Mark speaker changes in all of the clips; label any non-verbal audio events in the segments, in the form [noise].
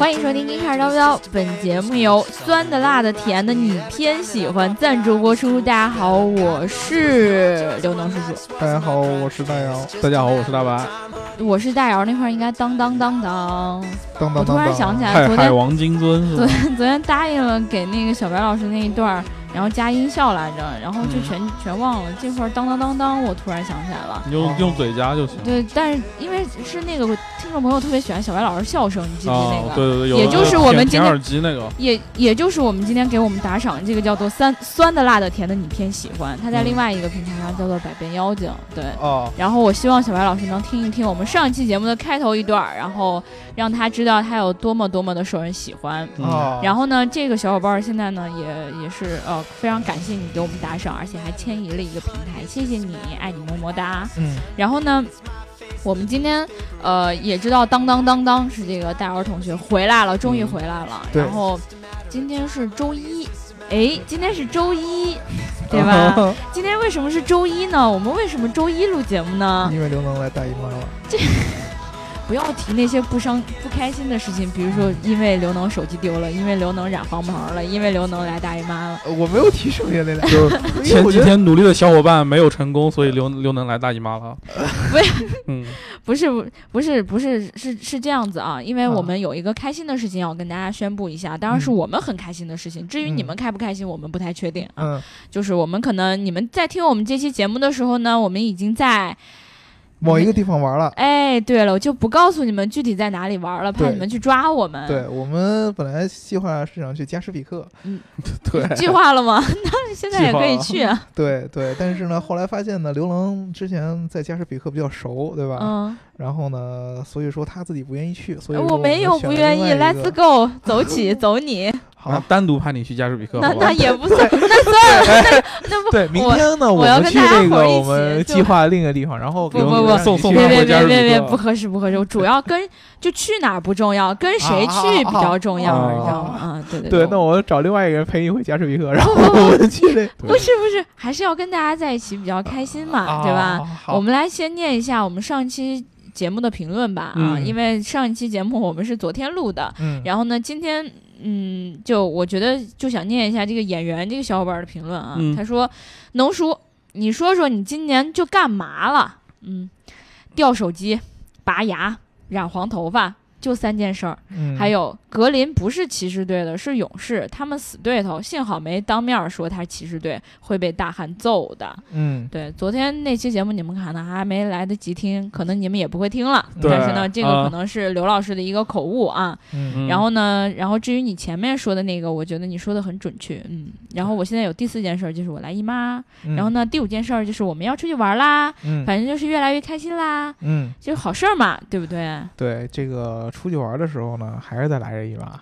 Speaker 1: 欢迎收听《英卡叨不叨》，本节目由酸的、辣的、甜的你偏喜欢赞助播出。大家好，我是刘能叔叔，
Speaker 2: 大家好，我是大姚，
Speaker 3: 大家好，我是大白。
Speaker 1: 我是大姚那块儿应该当当当当。
Speaker 2: 当
Speaker 1: 我
Speaker 2: 当当
Speaker 1: 突然
Speaker 2: 当。
Speaker 1: 想起来，
Speaker 3: 海
Speaker 1: 昨
Speaker 3: 哎海
Speaker 1: 天
Speaker 3: 王金樽是
Speaker 1: 昨
Speaker 3: 吧？
Speaker 1: 天昨天答应了给那个小白老师那一段儿，然后加音效来着，然后就
Speaker 3: 嗯
Speaker 1: 全、全忘了。这会儿当当当当，我突然想起来了。
Speaker 3: 你
Speaker 2: 哦
Speaker 3: 用用嘴夹就行。
Speaker 1: 对，但是因为是那个听众朋友特别喜欢小白老师笑声，你记不记得
Speaker 3: 哦
Speaker 1: 那，个？
Speaker 3: 对对对，有
Speaker 1: 也
Speaker 3: 那
Speaker 1: 就是
Speaker 3: 个
Speaker 1: 我们
Speaker 3: 舔
Speaker 1: 今
Speaker 3: 舔
Speaker 1: 天
Speaker 3: 耳机那个，
Speaker 1: 也也就是我们今天给我们打赏这个叫做酸“酸的、辣的、甜的，你偏喜欢”，它在
Speaker 3: 嗯
Speaker 1: 另外一个平台上叫做“百变妖精”。对，
Speaker 2: 哦，
Speaker 1: 然后我希望小白老师能听一听我们上一期节目的开头一段儿，然后让他知道他有多么多么的受人喜欢。
Speaker 2: 啊
Speaker 3: 嗯，
Speaker 2: 哦
Speaker 1: 然后呢，这个小伙伴儿现在呢也也是呃非常感谢你给我们打赏，而且还迁移了一个平台，谢谢你，爱你么么哒。
Speaker 2: 嗯，
Speaker 1: 然后呢，我们今天呃也知道当当当当是这个大姚同学回来了，终于回来了。
Speaker 2: 对
Speaker 1: 然后今天是周一，哎，今天是周一，对吧？
Speaker 2: [laughs]
Speaker 1: 今天为什么是周一呢？我们为什么周一录节目呢？
Speaker 2: 因为刘能来大姨妈了，
Speaker 1: 不要提那些不伤不开心的事情，比如说因为刘能手机丢了，因为刘能染黄毛了，因为刘能来大姨妈了。
Speaker 2: 呃我没有提圣爷那俩，
Speaker 3: 就是
Speaker 2: [laughs] 因为
Speaker 3: 前
Speaker 2: 我
Speaker 3: 几
Speaker 2: 觉得
Speaker 3: 天努力的小伙伴没有成功，所以刘刘能来大姨妈了。
Speaker 1: [laughs] 喂，
Speaker 3: 嗯， [laughs]
Speaker 1: 不是不是不是是是这样子啊，因为
Speaker 2: 啊
Speaker 1: 我们有一个开心的事情要跟大家宣布一下，当然是
Speaker 2: 嗯
Speaker 1: 我们很开心的事情。至于你
Speaker 2: 嗯
Speaker 1: 们开不开心，我们不太确定啊。
Speaker 2: 嗯，
Speaker 1: 就是我们可能你们在听我们这期节目的时候呢，我们已经在
Speaker 2: 某一个地方玩了。
Speaker 1: 哎，对了，我就不告诉你们具体在哪里玩了，怕
Speaker 2: 对
Speaker 1: 你们去抓我们。
Speaker 2: 对，我们本来计划是想去加什比克，
Speaker 3: 对，
Speaker 1: 计划了吗？那现在也
Speaker 3: 计划
Speaker 1: 可以
Speaker 3: 了
Speaker 1: 去啊。
Speaker 2: 对对，但是呢，后来发现呢，刘能之前在加什比克比较熟，对吧？
Speaker 1: 嗯，哎
Speaker 2: 然后呢，所以说他自己不愿意去，所以说
Speaker 1: 我没有
Speaker 2: 们选
Speaker 1: 不
Speaker 2: 了
Speaker 1: 愿
Speaker 2: 另
Speaker 1: 意
Speaker 2: 外一
Speaker 1: ，Let's
Speaker 2: 个
Speaker 1: go，走
Speaker 2: [laughs]
Speaker 1: 起，走你。
Speaker 2: [laughs] 好
Speaker 3: 啊，，单独派你去加士比克，
Speaker 1: 那
Speaker 3: 好
Speaker 1: 那
Speaker 3: 吧？
Speaker 1: 也不算， [laughs] 那算了，那那不
Speaker 2: 对，明
Speaker 1: 我
Speaker 2: 天呢，
Speaker 1: 我要
Speaker 2: 们
Speaker 1: 跟
Speaker 2: 去
Speaker 1: 大家
Speaker 2: 那
Speaker 1: 伙儿
Speaker 2: 个
Speaker 1: 一
Speaker 2: 我们
Speaker 1: 起
Speaker 2: 计
Speaker 1: 就
Speaker 2: 划另一个地方，然后
Speaker 1: 不
Speaker 2: 刘
Speaker 1: 不
Speaker 2: 能
Speaker 1: 不
Speaker 2: 让你
Speaker 3: 送
Speaker 2: 去
Speaker 3: 送
Speaker 1: 别
Speaker 3: 他
Speaker 1: 别
Speaker 3: 回家
Speaker 1: 别
Speaker 3: 是
Speaker 1: 别
Speaker 3: 比
Speaker 1: 别，
Speaker 3: 较
Speaker 1: 不合适不合适，我主要跟就去哪儿不重要，跟谁
Speaker 2: 啊
Speaker 1: 去比较重要，
Speaker 3: 啊啊啊啊
Speaker 1: 你知道吗？啊，对对
Speaker 2: 对，那
Speaker 1: 对。
Speaker 2: 我找另外一个人陪你回加什比克，然后
Speaker 1: 不不不
Speaker 2: 我们去
Speaker 1: [laughs]
Speaker 2: 那
Speaker 1: 不是不是，还是要跟大家在一起比较开心
Speaker 2: 啊
Speaker 1: 嘛，啊对吧？？
Speaker 2: 好
Speaker 1: 我们来先念一下我们上期节目的评论吧啊，
Speaker 3: 嗯
Speaker 1: 因为上一期节目我们是昨天录的，
Speaker 2: 嗯，
Speaker 1: 然后呢，今天嗯，就我觉得就想念一下这个演员这个小伙伴的评论啊，
Speaker 3: 嗯
Speaker 1: 他说：“农叔，你说说你今年就干嘛了？嗯，掉手机、拔牙、染黄头发，就三件事儿。
Speaker 2: 嗯
Speaker 1: 还有格林不是骑士队的，是勇士，他们死对头，幸好没当面说他是骑士队，会被大汉揍的。”
Speaker 2: 嗯，
Speaker 1: 对，昨天那期节目你们可能还没来得及听，可能你们也不会听了。
Speaker 3: 对
Speaker 1: 但是呢，这个
Speaker 3: 啊
Speaker 1: 可能是刘老师的一个口误啊。
Speaker 2: 嗯
Speaker 3: 嗯
Speaker 1: 然后呢，然后至于你前面说的那个，我觉得你说的很准确，嗯。然后我现在有第四件事儿，就是我来姨妈。
Speaker 2: 嗯，
Speaker 1: 然后呢，第五件事儿就是我们要出去玩啦，
Speaker 2: 嗯
Speaker 1: 反正就是越来越开心啦，
Speaker 2: 嗯，
Speaker 1: 就是好事儿嘛，对不对？
Speaker 2: 对，这个出去玩的时候呢，还是再来这一把，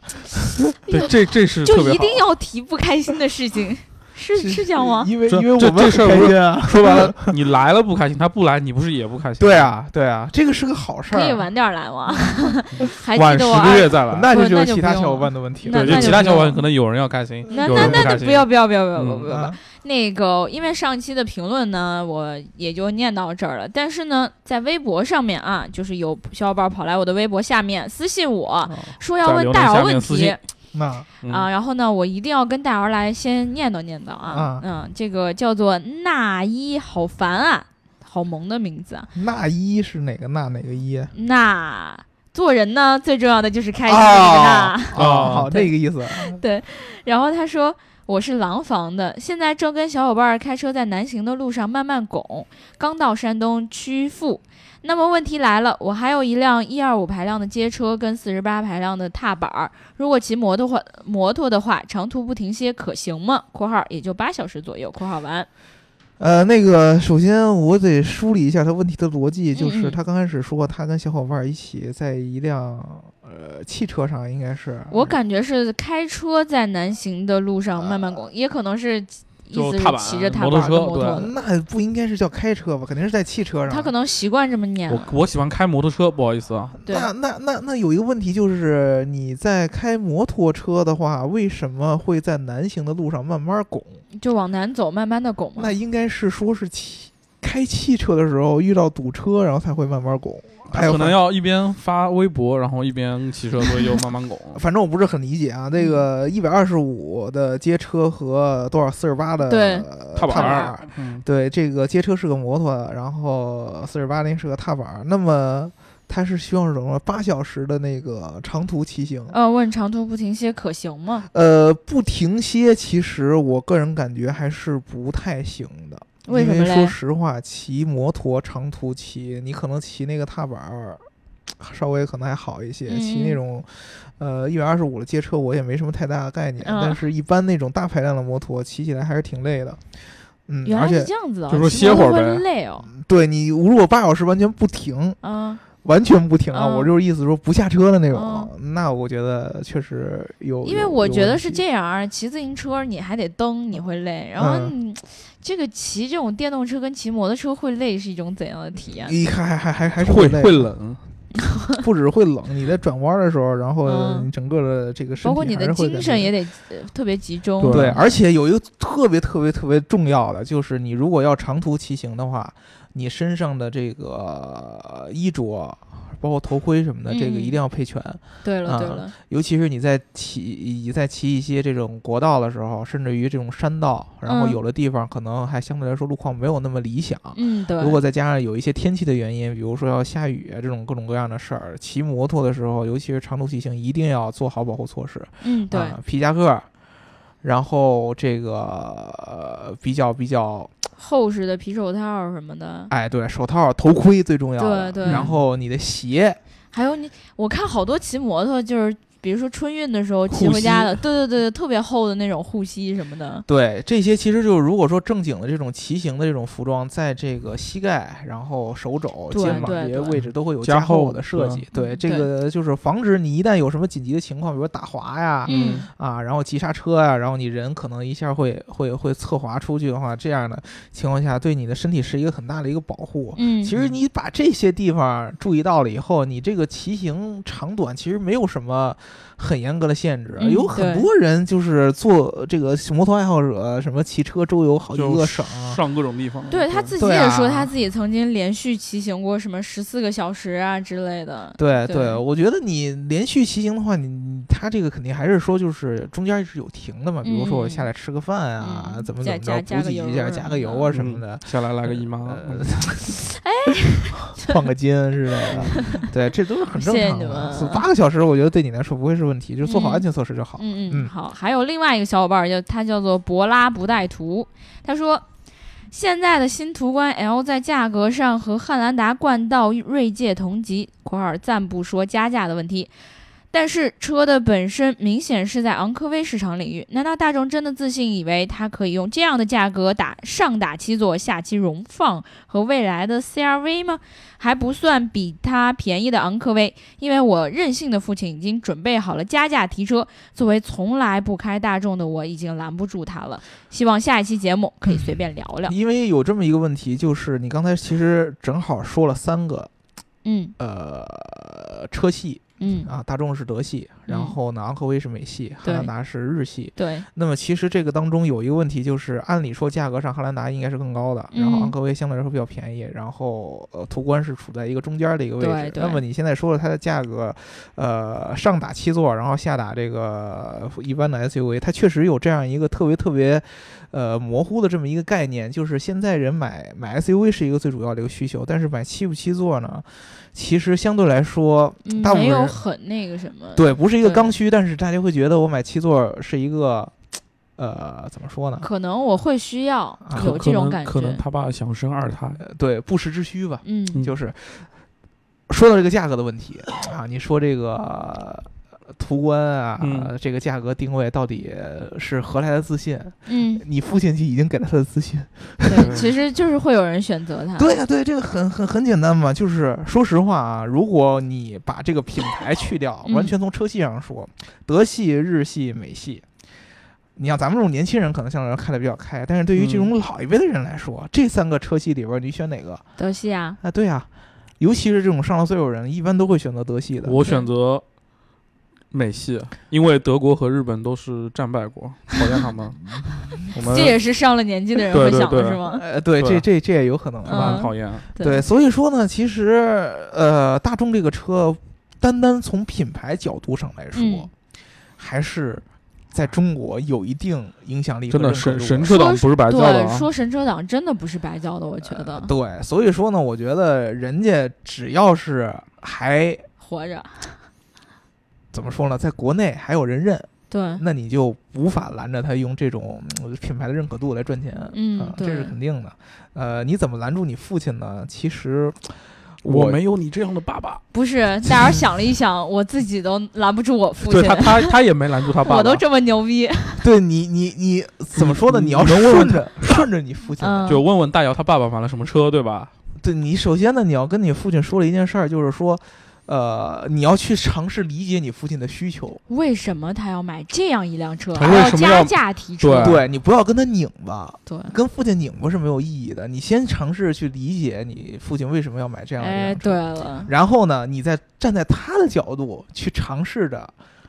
Speaker 3: 对，这这是特
Speaker 1: 就
Speaker 3: 别
Speaker 1: 一
Speaker 3: 好。
Speaker 1: 定要提不开心的事
Speaker 3: [laughs]
Speaker 1: 情，是是这样吗？
Speaker 2: 因为
Speaker 3: 这
Speaker 2: 因为
Speaker 3: 这
Speaker 2: 我们
Speaker 3: 这事儿
Speaker 2: 很
Speaker 3: 不
Speaker 2: 开
Speaker 3: 是
Speaker 2: 心 [laughs] 啊，
Speaker 3: 说白了，你来了不开心，他不来你不是也不开心？
Speaker 2: 对，啊对啊，这个是个好事
Speaker 1: 可以
Speaker 2: 儿，
Speaker 1: 晚点儿来吗？ [laughs] 还
Speaker 3: 晚
Speaker 1: 记
Speaker 3: 十
Speaker 1: 得我
Speaker 3: 个
Speaker 1: 二
Speaker 3: 月再来。
Speaker 2: 那
Speaker 1: 不
Speaker 2: 就只有
Speaker 1: 那就
Speaker 2: 其
Speaker 1: 不
Speaker 2: 他
Speaker 1: 用
Speaker 2: 小伙
Speaker 1: 了
Speaker 2: 伴的问题
Speaker 1: 那
Speaker 2: 了，
Speaker 3: 对，
Speaker 1: 那就
Speaker 3: 就其他
Speaker 1: 不
Speaker 3: 小伙
Speaker 1: 用
Speaker 3: 伴可能有人要开心，
Speaker 1: 那
Speaker 3: 有
Speaker 1: 那
Speaker 3: 人不
Speaker 1: 那
Speaker 3: 开
Speaker 1: 就
Speaker 3: 心。嗯
Speaker 1: 不要不要不要不要不要不要！
Speaker 2: 啊
Speaker 1: 那个，因为上期的评论呢，我也就念到这儿了。但是呢，在微博上面啊，就是有小伙伴跑来我的微博下面私信我
Speaker 3: 哦
Speaker 1: 说要
Speaker 3: 在
Speaker 1: 问
Speaker 3: 留
Speaker 1: 大
Speaker 3: 言
Speaker 1: 姚
Speaker 3: 下
Speaker 1: 问
Speaker 3: 面私
Speaker 1: 题
Speaker 3: 信
Speaker 2: 那
Speaker 3: 嗯
Speaker 1: 啊，然后呢，我一定要跟大姚来先念叨念叨啊
Speaker 2: 啊，
Speaker 1: 嗯，这个叫做纳伊，好烦啊，好萌的名字啊，
Speaker 2: 那一是哪个那哪个一啊？
Speaker 1: 那。做人呢，最重要的就是开心。那个
Speaker 2: 哦
Speaker 1: 纳。
Speaker 3: 啊
Speaker 2: 好，
Speaker 1: 对
Speaker 2: 那个意思，
Speaker 1: 然后他说我是廊坊的，现在正跟小伙伴儿开车在南行的路上慢慢拱，刚到山东曲阜。那么问题来了，我还有一辆一二五排量的街车跟四十八排量的踏板儿，如果骑摩托话摩托的话，长途不停歇可行吗？（括号也就八小时左右。）（括号
Speaker 3: 嗯
Speaker 1: 完
Speaker 2: 呃，那个，首先我得梳理一下他问题的逻辑，就
Speaker 1: 嗯
Speaker 2: 是
Speaker 1: 嗯
Speaker 2: 他刚开始说他跟小伙伴一起在一辆呃汽车上，应该是）
Speaker 1: 我感觉是开车在南行的路上慢慢拱，也可能是意
Speaker 3: 呃就
Speaker 1: 思
Speaker 3: 踏
Speaker 1: 是
Speaker 3: 板
Speaker 1: 骑着踏
Speaker 3: 摩
Speaker 1: 板儿
Speaker 3: 托车
Speaker 1: 跟摩
Speaker 3: 对
Speaker 1: 托的，
Speaker 2: 那不应该是叫开车吧？肯定是在汽车上。
Speaker 1: 他可能习惯这么念了。
Speaker 3: 我我喜欢开摩托车，不好意思啊，
Speaker 1: 对
Speaker 2: 那那那那有一个问题就是，你在开摩托车的话，为什么会在南行的路上慢慢拱？
Speaker 1: 就往南走，慢慢的拱嘛。
Speaker 2: 那应该是说是骑。开汽车的时候遇到堵车，然后才会慢慢拱。还有
Speaker 3: 可能
Speaker 2: 反
Speaker 3: 要一边发微博，然后一边骑车，所以就慢慢拱。
Speaker 2: 反正我不是很理解啊，这个一百二十五的街车和多少四十八的
Speaker 1: 对
Speaker 2: 呃
Speaker 3: 踏板
Speaker 2: 踏
Speaker 1: 儿
Speaker 2: 板，
Speaker 3: 嗯，
Speaker 2: 对，这个街车是个摩托，然后四十八零是个踏板儿。那么它是需要什么？八小时的那个长途骑行？
Speaker 1: 呃，问长途不停歇可行吗？
Speaker 2: 呃，不停歇，其实我个人感觉还是不太行的。
Speaker 1: 为什么
Speaker 2: 因
Speaker 1: 嘞
Speaker 2: 说实话，骑摩托长途骑，你可能骑那个踏板儿，稍微可能还好一些。
Speaker 1: 嗯
Speaker 2: 骑那种，呃，一百二十五的街车，我也没什么太大的概念。
Speaker 1: 嗯
Speaker 2: 但是，一般那种大排量的摩托，骑起来还是挺累的。嗯，
Speaker 1: 原
Speaker 2: 而
Speaker 1: 来是
Speaker 2: 且
Speaker 1: 这样子啊，
Speaker 3: 就说
Speaker 1: 骑
Speaker 3: 歇
Speaker 1: 摩
Speaker 3: 会
Speaker 1: 托
Speaker 3: 儿呗
Speaker 1: 累哦，
Speaker 2: 对你如果八小时完全不停，
Speaker 1: 嗯，
Speaker 2: 完全不停啊，
Speaker 1: 嗯
Speaker 2: 我就是意思说不下车的那种，
Speaker 1: 嗯
Speaker 2: 那我觉得确实有。
Speaker 1: 因为
Speaker 2: 有
Speaker 1: 我觉得是，
Speaker 2: 有问题
Speaker 1: 这样啊，骑自行车你还得蹬，你会累，然后
Speaker 2: 嗯
Speaker 1: 你这个骑这种电动车跟骑摩托车会累是一种怎样的体验？
Speaker 2: 一看还还还还是
Speaker 3: 会
Speaker 2: 累，
Speaker 3: 会冷，
Speaker 1: [laughs]
Speaker 2: 不只是会冷，你在转弯的时候，然后
Speaker 1: 嗯
Speaker 2: 你整个的这个身体
Speaker 1: 包括你的
Speaker 2: 还是会
Speaker 1: 精
Speaker 2: 感
Speaker 1: 神
Speaker 2: 觉
Speaker 1: 也得呃特别集中。
Speaker 3: 对
Speaker 2: 对，而且有一个特别特别特别重要的，就是你如果要长途骑行的话，你身上的这个呃衣着。包括头盔什么的，这个
Speaker 1: 嗯
Speaker 2: 一定要配全，
Speaker 1: 对了
Speaker 2: 啊
Speaker 1: 对了，
Speaker 2: 尤其是你在骑你在骑一些这种国道的时候，甚至于这种山道，然后
Speaker 1: 嗯
Speaker 2: 有的地方可能还相对来说路况没有那么理想。
Speaker 1: 嗯，对。
Speaker 2: 如果再加上有一些天气的原因，比如说要下雨啊这种各种各样的事儿，骑摩托的时候，尤其是长途骑行，一定要做好保护措施。
Speaker 1: 嗯，对，
Speaker 2: 啊皮夹克，然后这个、呃比较比较，
Speaker 1: 厚实的皮手套什么的，
Speaker 2: 哎，对手套、头盔最重要的。
Speaker 1: 对对
Speaker 2: 然后你的鞋，
Speaker 1: 还有你，我看好多骑摩托就是。比如说春运的时候骑
Speaker 2: 护
Speaker 1: 回家
Speaker 2: 膝
Speaker 1: 的，对对对，对特别厚的那种护膝什么的，
Speaker 2: 对这些其实就是如果说正经的这种骑行的这种服装，在这个膝盖、然后手肘、
Speaker 1: 对
Speaker 2: 肩膀
Speaker 1: 对
Speaker 2: 这些
Speaker 1: 对
Speaker 2: 位置都会有
Speaker 3: 加
Speaker 2: 加厚
Speaker 3: 厚
Speaker 2: 的设
Speaker 3: 是
Speaker 2: 计。
Speaker 1: 吧
Speaker 2: 对，
Speaker 1: 嗯
Speaker 2: 这个就是防止你一旦有什么紧急的情况，比如打滑呀。
Speaker 1: 嗯
Speaker 2: 啊，然后急刹车呀、然后你人可能一下会会会侧滑出去的话，这样的情况下对你的身体是一个很大的一个保护。
Speaker 1: 嗯，
Speaker 2: 其实你把这些地方注意到了以后，你这个骑行长短其实没有什么很严格的限制。
Speaker 1: 嗯
Speaker 2: 有很
Speaker 1: 对
Speaker 2: 多人就是做这个摩托爱好者，什么骑车周游好几
Speaker 3: 就
Speaker 2: 哦个省，啊
Speaker 3: 上各种地方。嗯
Speaker 1: 对他自己
Speaker 2: 对
Speaker 1: 也说
Speaker 2: 啊
Speaker 1: 他自己曾经连续骑行过什么十四个小时啊之类的，
Speaker 2: 对
Speaker 1: 对
Speaker 2: 我觉得你连续骑行的话，你你他这个肯定还是说就是中间是有停的嘛，比如说我
Speaker 1: 嗯
Speaker 2: 下来吃个饭啊，
Speaker 1: 嗯
Speaker 2: 怎么怎
Speaker 1: 加
Speaker 2: 么着
Speaker 1: 加
Speaker 2: 补给一下，
Speaker 1: 加
Speaker 2: 加个
Speaker 1: 个
Speaker 2: 油
Speaker 1: 油
Speaker 2: 啊
Speaker 1: 啊
Speaker 2: 什么的。
Speaker 3: 嗯下来来个姨妈，
Speaker 2: 呃
Speaker 1: [laughs]
Speaker 3: 嗯，
Speaker 1: 哎
Speaker 2: [laughs] 放个筋之类的，对，这都是很正
Speaker 1: 谢谢
Speaker 2: 常
Speaker 1: 你
Speaker 2: 的。
Speaker 1: 们啊
Speaker 2: 四八个小时，我觉得对你来说不会是问题，就做好
Speaker 1: 嗯
Speaker 2: 安全措施就好。
Speaker 1: 嗯
Speaker 2: 嗯
Speaker 1: 嗯，好。还有另外一个小伙伴儿叫他叫做博拉不带图，他说现在的新途观 L 在价格上和汉兰达冠道、锐界同级（括号暂不说加价的问题）。但是车的本身明显是在昂科威市场领域，难道大众真的自信以为它可以用这样的价格打上打七座、下七荣放和未来的 CRV 吗？还不算比它便宜的昂科威，因为我任性的父亲已经准备好了加价提车，作为从来不开大众的我，已经拦不住他了。希望下一期节目可以随便聊聊。
Speaker 2: 因为有这么一个问题，就是你刚才其实正好说了三个
Speaker 1: 嗯
Speaker 2: 呃车系
Speaker 1: 嗯，
Speaker 2: 啊，大众是德系，然
Speaker 1: 嗯
Speaker 2: 后呢昂科威是美系，汉
Speaker 1: 对
Speaker 2: 兰达是日系。
Speaker 1: 对，
Speaker 2: 那么其实这个当中有一个问题，就是按理说价格上汉兰达应该是更高的，然后
Speaker 1: 嗯
Speaker 2: 昂科威相对来说比较便宜，然后呃途观是处在一个中间的一个位置
Speaker 1: 对。对
Speaker 2: 那么你现在说了它的价格，呃上打七座，然后下打这个呃一般的 SUV，它确实有这样一个特别特别。呃，模糊的这么一个概念，就是现在人买买 SUV 是一个最主要的一个需求，但是买七不七座呢，其实相对来说，
Speaker 1: 嗯
Speaker 2: 大部
Speaker 1: 没
Speaker 2: 分
Speaker 1: 有
Speaker 2: 人
Speaker 1: 很那个什么，
Speaker 2: 对，不是一个
Speaker 1: 对
Speaker 2: 刚需，但是大家会觉得我买七座是一个，呃，怎么说呢？
Speaker 1: 可能我会需要
Speaker 2: 啊可
Speaker 1: 有这种感
Speaker 3: 嗯可能
Speaker 1: 觉。
Speaker 3: 他爸想生二胎，
Speaker 2: 呃对，不时之需吧，
Speaker 1: 嗯，
Speaker 3: 嗯
Speaker 2: 就是说到这个价格的问题啊，你说这个。途观啊，
Speaker 3: 嗯
Speaker 2: 这个价格定位到底是何来的自信？ [laughs]
Speaker 1: 嗯，
Speaker 2: 你父亲就已经给了他的自信。
Speaker 1: 对，其实就是会有人选择它。
Speaker 2: 对呀、对，这个很很很简单嘛。就是说实话啊，如果你把这个品牌去掉，
Speaker 1: 嗯
Speaker 2: 完全从车系上说，德系、日系、美系，你像咱们这种年轻人，可能相对来说看的比较开，但是对于这
Speaker 1: 嗯
Speaker 2: 种老一辈的人来说，这三个车系里边儿你选哪个？
Speaker 1: 德系啊，
Speaker 2: 啊，对啊，尤其是这种上了岁数人，一般都会选择德系的。
Speaker 3: 我选择美系，啊因为德国和日本都是战败国，讨厌他们。我们
Speaker 1: 这也是上了年纪的人会
Speaker 3: 对对
Speaker 1: 想的
Speaker 3: 对
Speaker 1: 是吗？
Speaker 2: 呃，对，
Speaker 3: 对
Speaker 2: 这这这也有可能
Speaker 3: 我们
Speaker 2: 吧
Speaker 1: 嗯。
Speaker 3: 很讨厌。
Speaker 2: 对，所以说呢，其实呃，大众这个车，单单从品牌角度上来说，
Speaker 1: 嗯
Speaker 2: 还是在中国有一定影响力和
Speaker 3: 真的
Speaker 2: 认可
Speaker 3: 神
Speaker 2: 度
Speaker 3: 神车党不是白交的呃
Speaker 1: 对，
Speaker 3: 啊！
Speaker 1: 说神车党真的不是白教的，我觉得
Speaker 2: 对，所以说呢，我觉得人家只要是还
Speaker 1: 活着
Speaker 2: 怎么说呢，在国内还有人认，
Speaker 1: 对，
Speaker 2: 那你就无法拦着他用这种嗯品牌的认可度来赚钱。
Speaker 1: 嗯
Speaker 2: 啊这
Speaker 1: 对
Speaker 2: 是肯定的。呃，你怎么拦住你父亲呢？其实
Speaker 3: 我
Speaker 2: 没。
Speaker 3: 没有你这样的爸爸。
Speaker 1: 不
Speaker 3: [laughs]
Speaker 1: 是，大家想了一想，我自己都拦不住我父
Speaker 3: 对
Speaker 1: 亲，
Speaker 3: 他，他他也没拦住他爸爸。
Speaker 1: [laughs] 我都这么牛
Speaker 3: [laughs]
Speaker 1: 逼，
Speaker 2: 对你，你你怎么说呢？
Speaker 3: 嗯
Speaker 2: 你要
Speaker 3: 能问问
Speaker 2: 顺着顺着你父亲的，
Speaker 1: 嗯，
Speaker 3: 就问问大姚他爸爸买了什么车，对吧？
Speaker 2: 对你首先呢，你要跟你父亲说了一件事儿，就是说，呃，你要去尝试理解你父亲的需求，
Speaker 1: 为什么他要买这样一辆车，
Speaker 3: 他
Speaker 1: 还
Speaker 3: 为
Speaker 1: 要
Speaker 3: 什么
Speaker 1: 加
Speaker 3: 要
Speaker 1: 价提车？
Speaker 3: 对
Speaker 2: 对你不要跟他拧巴，
Speaker 1: 对，
Speaker 2: 跟父亲拧巴是没有意义的。你先尝试去理解你父亲为什么要买这样的一
Speaker 1: 哎，
Speaker 2: 辆
Speaker 1: 对
Speaker 2: 车，
Speaker 1: 了，
Speaker 2: 然后呢，你再站在他的角度去尝试着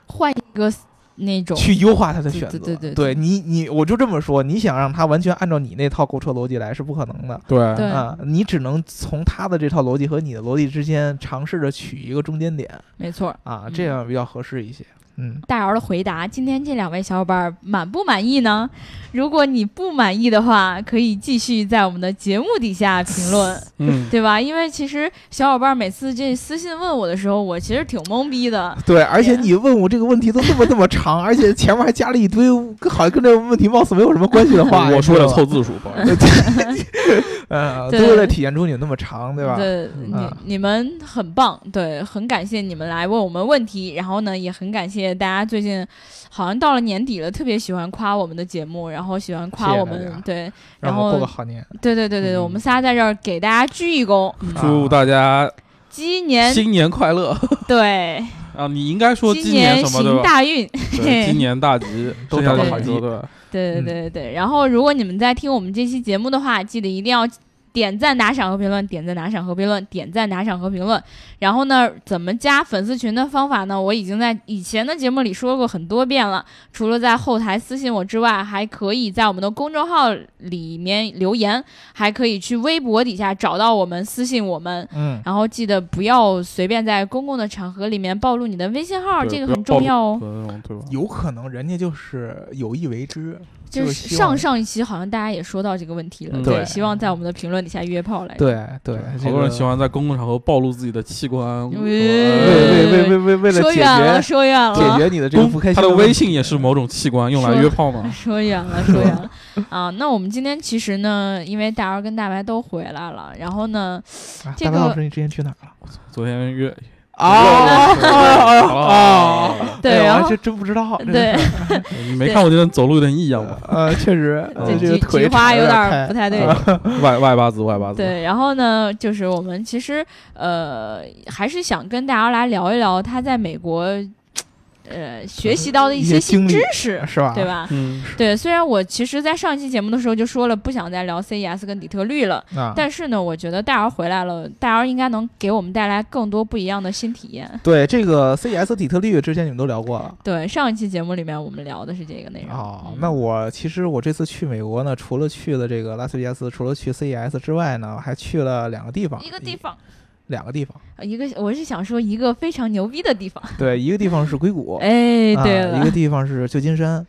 Speaker 1: 换一个那种，
Speaker 2: 去优化他的选择。
Speaker 1: 对对对对对
Speaker 2: 你你我就这么说，你想让他完全按照你那套购车逻辑来是不可能的。
Speaker 3: 对
Speaker 1: 对
Speaker 2: 啊，你只能从他的这套逻辑和你的逻辑之间尝试着取一个中间点
Speaker 1: 没错。
Speaker 2: 啊，
Speaker 1: 嗯
Speaker 2: 这样比较合适一些。嗯，
Speaker 1: 大姚的回答，今天这两位小伙伴满不满意呢？如果你不满意的话，可以继续在我们的节目底下评论， [laughs]
Speaker 3: 嗯，
Speaker 1: 对吧？因为其实小伙伴每次这私信问我的时候，我其实挺懵逼的，
Speaker 2: 对，而
Speaker 1: 啊
Speaker 2: 且你问我这个问题都那么那么长，而且前面还加了一堆跟好像跟这个问题貌似没有什么关系的话，你
Speaker 3: 我
Speaker 2: 知
Speaker 3: 说
Speaker 2: 道
Speaker 3: 的
Speaker 2: 吗 [laughs]
Speaker 3: 凑，字数，不好意思
Speaker 1: [laughs]
Speaker 2: 呃，
Speaker 1: 对
Speaker 2: 都为了体现出你那么长，对吧？
Speaker 1: 对，
Speaker 2: 嗯
Speaker 1: 你你们很棒，对，很感谢你们来问我们问题，然后呢，也很感谢大家最近好像到了年底了，特别喜欢夸我们的节目，然后喜欢
Speaker 2: 谢
Speaker 1: 夸
Speaker 2: 谢
Speaker 1: 我
Speaker 2: 大
Speaker 1: 们，
Speaker 2: 家
Speaker 1: 对，
Speaker 2: 让
Speaker 1: 然
Speaker 2: 我
Speaker 1: 后
Speaker 2: 过个好年，
Speaker 1: 对对对对，
Speaker 3: 嗯
Speaker 1: 我们仨在这儿给大家鞠一躬，
Speaker 3: 祝大家
Speaker 1: 鸡年
Speaker 3: 新年快乐
Speaker 1: 对，
Speaker 3: 啊！你应该说
Speaker 1: 今
Speaker 3: 年什么对
Speaker 1: 行
Speaker 3: 吧？
Speaker 1: 大运，
Speaker 3: 对，今年大吉，
Speaker 2: 都
Speaker 3: 剩
Speaker 1: 找
Speaker 3: 下的
Speaker 1: 到
Speaker 3: 好
Speaker 2: 好
Speaker 3: 多对吧。
Speaker 1: 对对对
Speaker 2: 嗯
Speaker 1: 对对。然后，如果你们在听我们这期节目的话，记得一定要点赞、打赏和评论，点赞、打赏和评论，点赞、打赏和评论。然后呢，怎么加粉丝群的方法呢？我已经在以前的节目里说过很多遍了。除了在后台私信我之外，还可以在我们的公众号里面留言，还可以去微博底下找到我们，私信我们。
Speaker 2: 嗯，
Speaker 1: 然后记得不要随便在公共的场合里面暴露你的微信号，
Speaker 3: 对
Speaker 1: 这个
Speaker 3: 不要
Speaker 1: 很重要哦。
Speaker 3: 对那种对吧？
Speaker 2: 有可能人家就是有意为之，
Speaker 1: 就
Speaker 2: 就是希
Speaker 1: 上
Speaker 2: 望
Speaker 1: 上一期好像大家也说到这个问题了，
Speaker 3: 嗯
Speaker 1: 对，
Speaker 2: 对
Speaker 1: 希望在我们的评论底下约炮来。，
Speaker 2: 对对，
Speaker 3: 好多人喜
Speaker 2: 欢
Speaker 3: 欢在公共场合暴露自己的器
Speaker 1: 嗯
Speaker 3: 官，
Speaker 2: 为
Speaker 1: 对
Speaker 3: 呃
Speaker 2: 为为为为为了
Speaker 1: 说
Speaker 2: 解
Speaker 1: 远了，嗯
Speaker 2: 决
Speaker 1: 说远
Speaker 2: 解
Speaker 1: 了，
Speaker 2: 决你的这个
Speaker 3: 公
Speaker 2: 不开
Speaker 3: 他
Speaker 2: 心
Speaker 3: 的
Speaker 2: 问
Speaker 3: 微
Speaker 2: 题
Speaker 3: 信也是某种器官用来约炮嘛。
Speaker 1: 说远了，说远
Speaker 2: [laughs]
Speaker 1: 了啊！那我们今天其实呢，因为大姚跟大白都回来了，然后呢，
Speaker 2: 啊
Speaker 1: 这
Speaker 2: 大白
Speaker 1: 个哦
Speaker 2: 老师，你之前去哪儿了？
Speaker 3: 昨天约
Speaker 2: 啊
Speaker 3: 啊，
Speaker 1: 对，
Speaker 2: 哎我
Speaker 1: 然
Speaker 2: 还
Speaker 1: 后
Speaker 2: 这真不知道。这个 [laughs]
Speaker 1: 对
Speaker 2: 事
Speaker 3: 你没看我今天走路有点异样吗？
Speaker 2: 儿，呃，确实，
Speaker 1: [laughs] 对
Speaker 2: 呃这个
Speaker 1: 菊
Speaker 2: 腿
Speaker 1: 菊花
Speaker 2: 长
Speaker 1: 有
Speaker 2: 点儿
Speaker 1: 点
Speaker 2: 开
Speaker 1: 不太
Speaker 2: [laughs]
Speaker 1: 对。
Speaker 3: 外外八字，外八字。
Speaker 1: 对，然后呢，就是我们其实呃，还是想跟大家来聊一聊他在美国，呃，学习到的一
Speaker 2: 一些
Speaker 1: 些新
Speaker 2: 经历
Speaker 1: 知识，
Speaker 2: 是吧？
Speaker 1: 对？吧？
Speaker 3: 嗯，
Speaker 1: 对，虽然我其实，在上一期节目的时候就说了，不想再聊 CES 跟底特律了，
Speaker 2: 啊，
Speaker 1: 但是呢，我觉得大姚回来了，大姚应该能给我们带来更多不一样的新体验。
Speaker 2: 对这个 CES 底特律之前你们都聊过了。
Speaker 1: 对，上一期节目里面我们聊的是这个内容。
Speaker 2: 哦
Speaker 1: 嗯，
Speaker 2: 那我其实我这次去美国呢，除了去了这个拉斯维加斯，除了去 CES 之外呢，我还去了两个地方，
Speaker 1: 一个地方，
Speaker 2: 两个地方，
Speaker 1: 呃一个我是想说一个非常牛逼的地方。
Speaker 2: 对，一个地方是硅谷，
Speaker 1: 哎，对
Speaker 2: 哦啊，一个
Speaker 1: 了，嗯
Speaker 2: 地方是旧金山。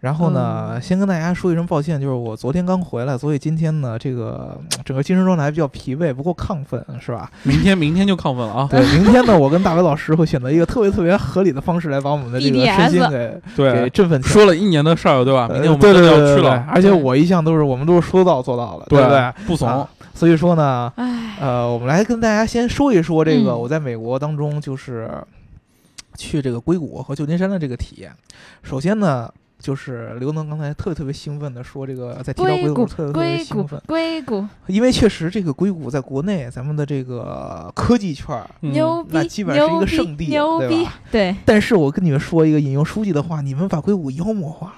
Speaker 2: 然后呢，先跟大家说一声抱歉，就是我昨天刚回来，所以今天呢，这个嗯整个精神状态还比较疲惫，不够亢奋，是吧？
Speaker 3: 明天明天就亢奋了啊！
Speaker 2: 对，明天呢，我跟大伟老师会选择一个特别特别合理的方式来把我们的这个
Speaker 1: BTS [laughs]
Speaker 2: 身心给给
Speaker 3: 对，
Speaker 2: 振奋起来。
Speaker 3: 说了一年的事儿，对吧？啊明天我
Speaker 2: 呃
Speaker 3: 们
Speaker 2: 对
Speaker 3: 真
Speaker 2: 对
Speaker 3: 的要
Speaker 2: 对对
Speaker 3: 去
Speaker 2: 对
Speaker 3: 了，
Speaker 2: 而且我一向都是我们都是说到做到的，不对？
Speaker 3: 不
Speaker 2: 啊
Speaker 3: 怂，
Speaker 2: 所以说呢，
Speaker 1: 哎，
Speaker 2: 呃，我们来跟大家先说一说这个
Speaker 1: 嗯
Speaker 2: 我在美国当中就是去这个硅谷和旧金山的这个体验。首先呢，就是刘能刚才特别特别兴奋的说，这个在提到
Speaker 1: 硅
Speaker 2: 硅
Speaker 1: 谷
Speaker 2: 谷，特别特别
Speaker 1: 硅
Speaker 2: 兴
Speaker 1: 谷
Speaker 2: 奋，，
Speaker 1: 硅谷，
Speaker 2: 因为确实这个硅谷在国内咱们的这个科技圈儿，
Speaker 3: 嗯
Speaker 1: 牛
Speaker 2: 那
Speaker 1: 逼，
Speaker 2: 基本上是一
Speaker 1: 牛
Speaker 2: 个
Speaker 1: 逼
Speaker 2: 圣地
Speaker 1: 牛
Speaker 2: 对
Speaker 1: 逼
Speaker 2: 吧，
Speaker 1: 对，
Speaker 2: 但是我跟你们说一个引用书记的话，你们把硅谷妖魔化了。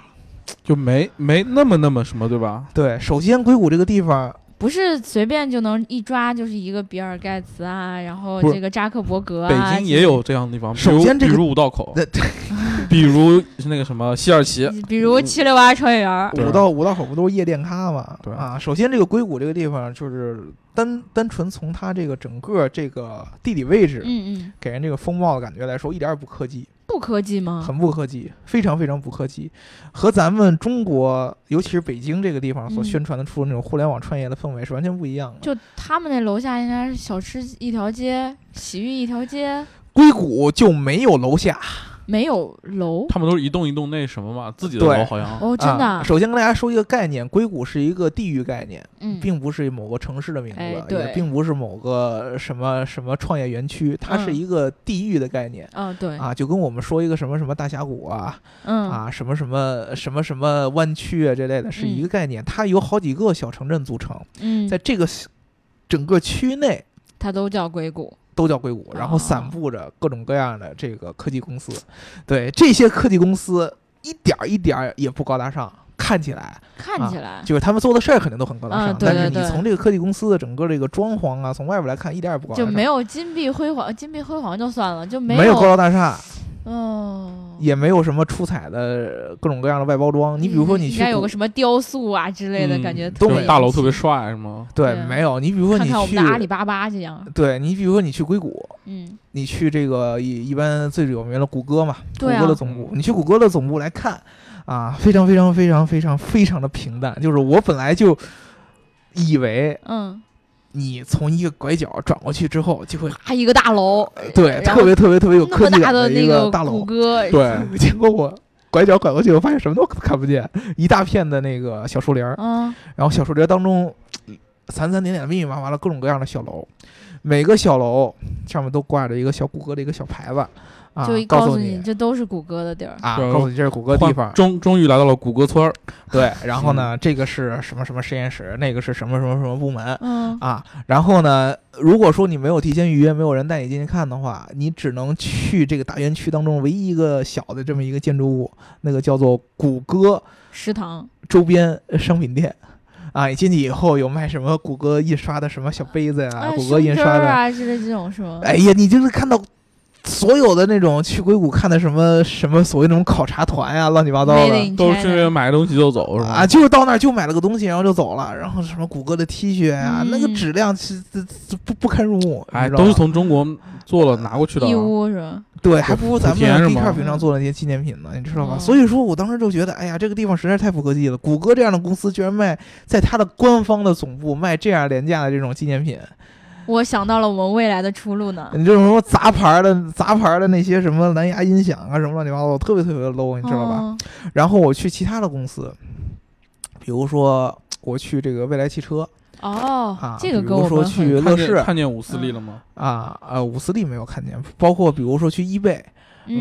Speaker 3: 就没没那么那么什么，对吧？
Speaker 2: 对，首先硅谷这个地方
Speaker 1: 不是随便就能一抓就是一个比尔盖茨啊，然后
Speaker 3: 不是
Speaker 1: 这个扎克伯格啊，
Speaker 3: 北京也有这样的地方，比
Speaker 2: 首
Speaker 3: 如
Speaker 2: 先这
Speaker 3: 比
Speaker 2: 个
Speaker 3: 如五道口
Speaker 2: 那，
Speaker 3: [laughs] 比如是那个什么西二旗，
Speaker 1: 比，比如七六八穿越园，
Speaker 3: 对啊
Speaker 2: 五道五道口呃嗯不都是夜店咖嘛？
Speaker 3: 对
Speaker 2: 啊，首先这个硅谷这个地方，就是单单纯从它这个整个这个地理位置、
Speaker 1: 嗯嗯，
Speaker 2: 给人这个风貌的感觉来说，一点儿也不科技，
Speaker 1: 不科技吗？
Speaker 2: 很不科技，非常非常不科技，和咱们中国尤其是北京这个地方所
Speaker 1: 嗯
Speaker 2: 宣传的出的那种互联网创业的氛围是完全不一样的。
Speaker 1: 就他们那楼下应该是小吃一条街，洗浴一条街，
Speaker 2: 硅谷就没有楼下，
Speaker 1: 没有楼
Speaker 3: 他们都是一栋一栋那什么嘛，自己的
Speaker 2: 对
Speaker 3: 楼好像。
Speaker 1: 哦，真的
Speaker 2: 啊
Speaker 1: 啊，
Speaker 2: 首先跟大家说一个概念，硅谷是一个地域概念，
Speaker 1: 嗯，
Speaker 2: 并不是某个城市的名字，
Speaker 1: 哎
Speaker 2: 也
Speaker 1: 对
Speaker 2: 并不是某个什么什么创业园区，它是
Speaker 1: 嗯
Speaker 2: 一个地域的概念。
Speaker 1: 啊对，
Speaker 2: 啊，就跟我们说一个什么什么大峡谷啊，
Speaker 1: 嗯
Speaker 2: 啊什么什么什么什么湾区啊这类的，是一个概念。它由好几个小城镇组成，
Speaker 1: 嗯
Speaker 2: 在，这个整个区内
Speaker 1: 它都叫硅谷，
Speaker 2: 都叫硅谷，然后散
Speaker 1: 哦
Speaker 2: 布着各种各样的这个科技公司。对这些科技公司，一点儿一点儿也不高大上，看起来
Speaker 1: 看起来
Speaker 2: 就是他们做的事儿肯定都很高大
Speaker 1: 嗯
Speaker 2: 上，
Speaker 1: 对对
Speaker 2: 但是
Speaker 1: 对
Speaker 2: 你从这个科技公司的整个这个装潢啊，从外边来看，一点儿也不高大
Speaker 1: 就
Speaker 2: 上，
Speaker 1: 没有金碧辉煌，金碧辉煌就算了，就没嗯
Speaker 2: 没有高楼大厦，
Speaker 1: 哦，
Speaker 2: 也没有什么出彩的各种各样的外包装。你比如说，
Speaker 1: 嗯
Speaker 2: 你
Speaker 1: 应
Speaker 2: 去
Speaker 1: 该有
Speaker 2: 古
Speaker 1: 个什么雕塑啊之类的
Speaker 3: 嗯
Speaker 1: 感觉，
Speaker 2: 东
Speaker 1: 特
Speaker 2: 北
Speaker 1: 别
Speaker 3: 大
Speaker 1: 洋
Speaker 3: 楼
Speaker 1: 气
Speaker 3: 特别帅是吗？
Speaker 2: 对
Speaker 1: 对
Speaker 2: 没有。你比如说你
Speaker 1: 啊看
Speaker 2: 去，
Speaker 1: 看我们的阿里巴巴这样，
Speaker 2: 对你比如说你去硅谷，
Speaker 1: 嗯，
Speaker 2: 你去这个一一般最有名的谷歌嘛，谷
Speaker 1: 对啊
Speaker 2: 歌的总部，你去谷歌的总部来看啊，非常非常非常非常非常的平淡。就是我本来就以为
Speaker 1: 嗯，
Speaker 2: 你从一个拐角转过去之后就会。
Speaker 1: 啊，一个大楼，
Speaker 2: 对，
Speaker 1: 然
Speaker 2: 特别特别特别有
Speaker 1: 后那
Speaker 2: 哎科
Speaker 1: 么
Speaker 2: 技
Speaker 1: 大
Speaker 2: 感
Speaker 1: 的那
Speaker 2: 一个大楼
Speaker 1: 谷，歌， [laughs]
Speaker 2: 对，结果我拐角拐过去，我发现什么都看不见，一大片的那个小树林儿，
Speaker 1: 嗯，
Speaker 2: 然后小树林儿当中散散点点、密密麻麻的各种各样的小楼，每个小楼上面都挂着一个小谷歌的一个小牌子，啊
Speaker 1: 就，
Speaker 2: 告
Speaker 1: 告诉
Speaker 2: 诉
Speaker 1: 这都是谷歌的地儿，
Speaker 2: 啊，
Speaker 3: 就
Speaker 2: 告诉你这是谷歌地
Speaker 3: 换嗯
Speaker 2: 方，
Speaker 3: 终终于来到了谷歌村儿，
Speaker 2: 对，然后呢，这个是什么什么实验室，那个是什么什么什么部门。
Speaker 1: 嗯，
Speaker 2: 啊，然后呢？如果说你没有提前预约，没有人带你进去看的话，你只能去这个大园区当中唯一一个小的这么一个建筑物，那个叫做谷歌
Speaker 1: 食堂，
Speaker 2: 周边商品店。啊，你进去以后有卖什么谷歌印刷的什么小杯子呀、
Speaker 1: 哎
Speaker 2: 谷歌
Speaker 1: 胸
Speaker 2: 印
Speaker 1: 针
Speaker 2: 刷
Speaker 1: 儿
Speaker 2: 的，
Speaker 1: 啊之类这种是吗？
Speaker 2: 哎呀，你就是看到所有的那种去硅谷看的什么什么所谓那种考察团呀、乱七八糟
Speaker 1: Made
Speaker 2: 的
Speaker 1: in
Speaker 3: 都
Speaker 1: China
Speaker 3: 是顺便买东西就走是
Speaker 2: 啊，
Speaker 3: 吧？
Speaker 2: 就是到那儿就买了个东西，然后就走了，然后什么谷歌的 T 恤啊，那个
Speaker 1: 嗯
Speaker 2: 质量是这这不不堪入目，
Speaker 3: 哎，
Speaker 2: 你知道
Speaker 3: 都
Speaker 2: 吗
Speaker 3: 是从中国做了拿过去的啊，
Speaker 1: 义乌是吧？
Speaker 2: 对，还不如咱
Speaker 3: 莆田
Speaker 2: 们
Speaker 3: 是
Speaker 2: B
Speaker 3: 吗哦
Speaker 2: 片平常做的那些纪念品呢，你知道吧？
Speaker 1: 嗯
Speaker 2: 所以说我当时就觉得，哎呀，这个地方实在是太不科技了，谷歌这样的公司居然卖在它的官方的总部卖这样廉价的这种纪念
Speaker 3: 啊
Speaker 2: 品，
Speaker 1: 我想到了我们未来的出路呢。
Speaker 2: 你这种什么杂牌儿的、杂牌儿的那些什么蓝牙音响啊，什么乱七八糟，特别特别的 low，你知嗯道吧？
Speaker 1: 哦？
Speaker 2: 然后我去其他的公司，比如说我去这个未来汽车
Speaker 1: 哦
Speaker 2: 啊，
Speaker 1: 这个
Speaker 2: 比
Speaker 1: 跟
Speaker 2: 如
Speaker 1: 我
Speaker 2: 说
Speaker 1: 们
Speaker 2: 去
Speaker 1: 很
Speaker 2: 乐
Speaker 3: 看见
Speaker 2: 视
Speaker 3: 看见五四力了吗？
Speaker 2: 啊，呃，五四力没有看见，包括比如说去易贝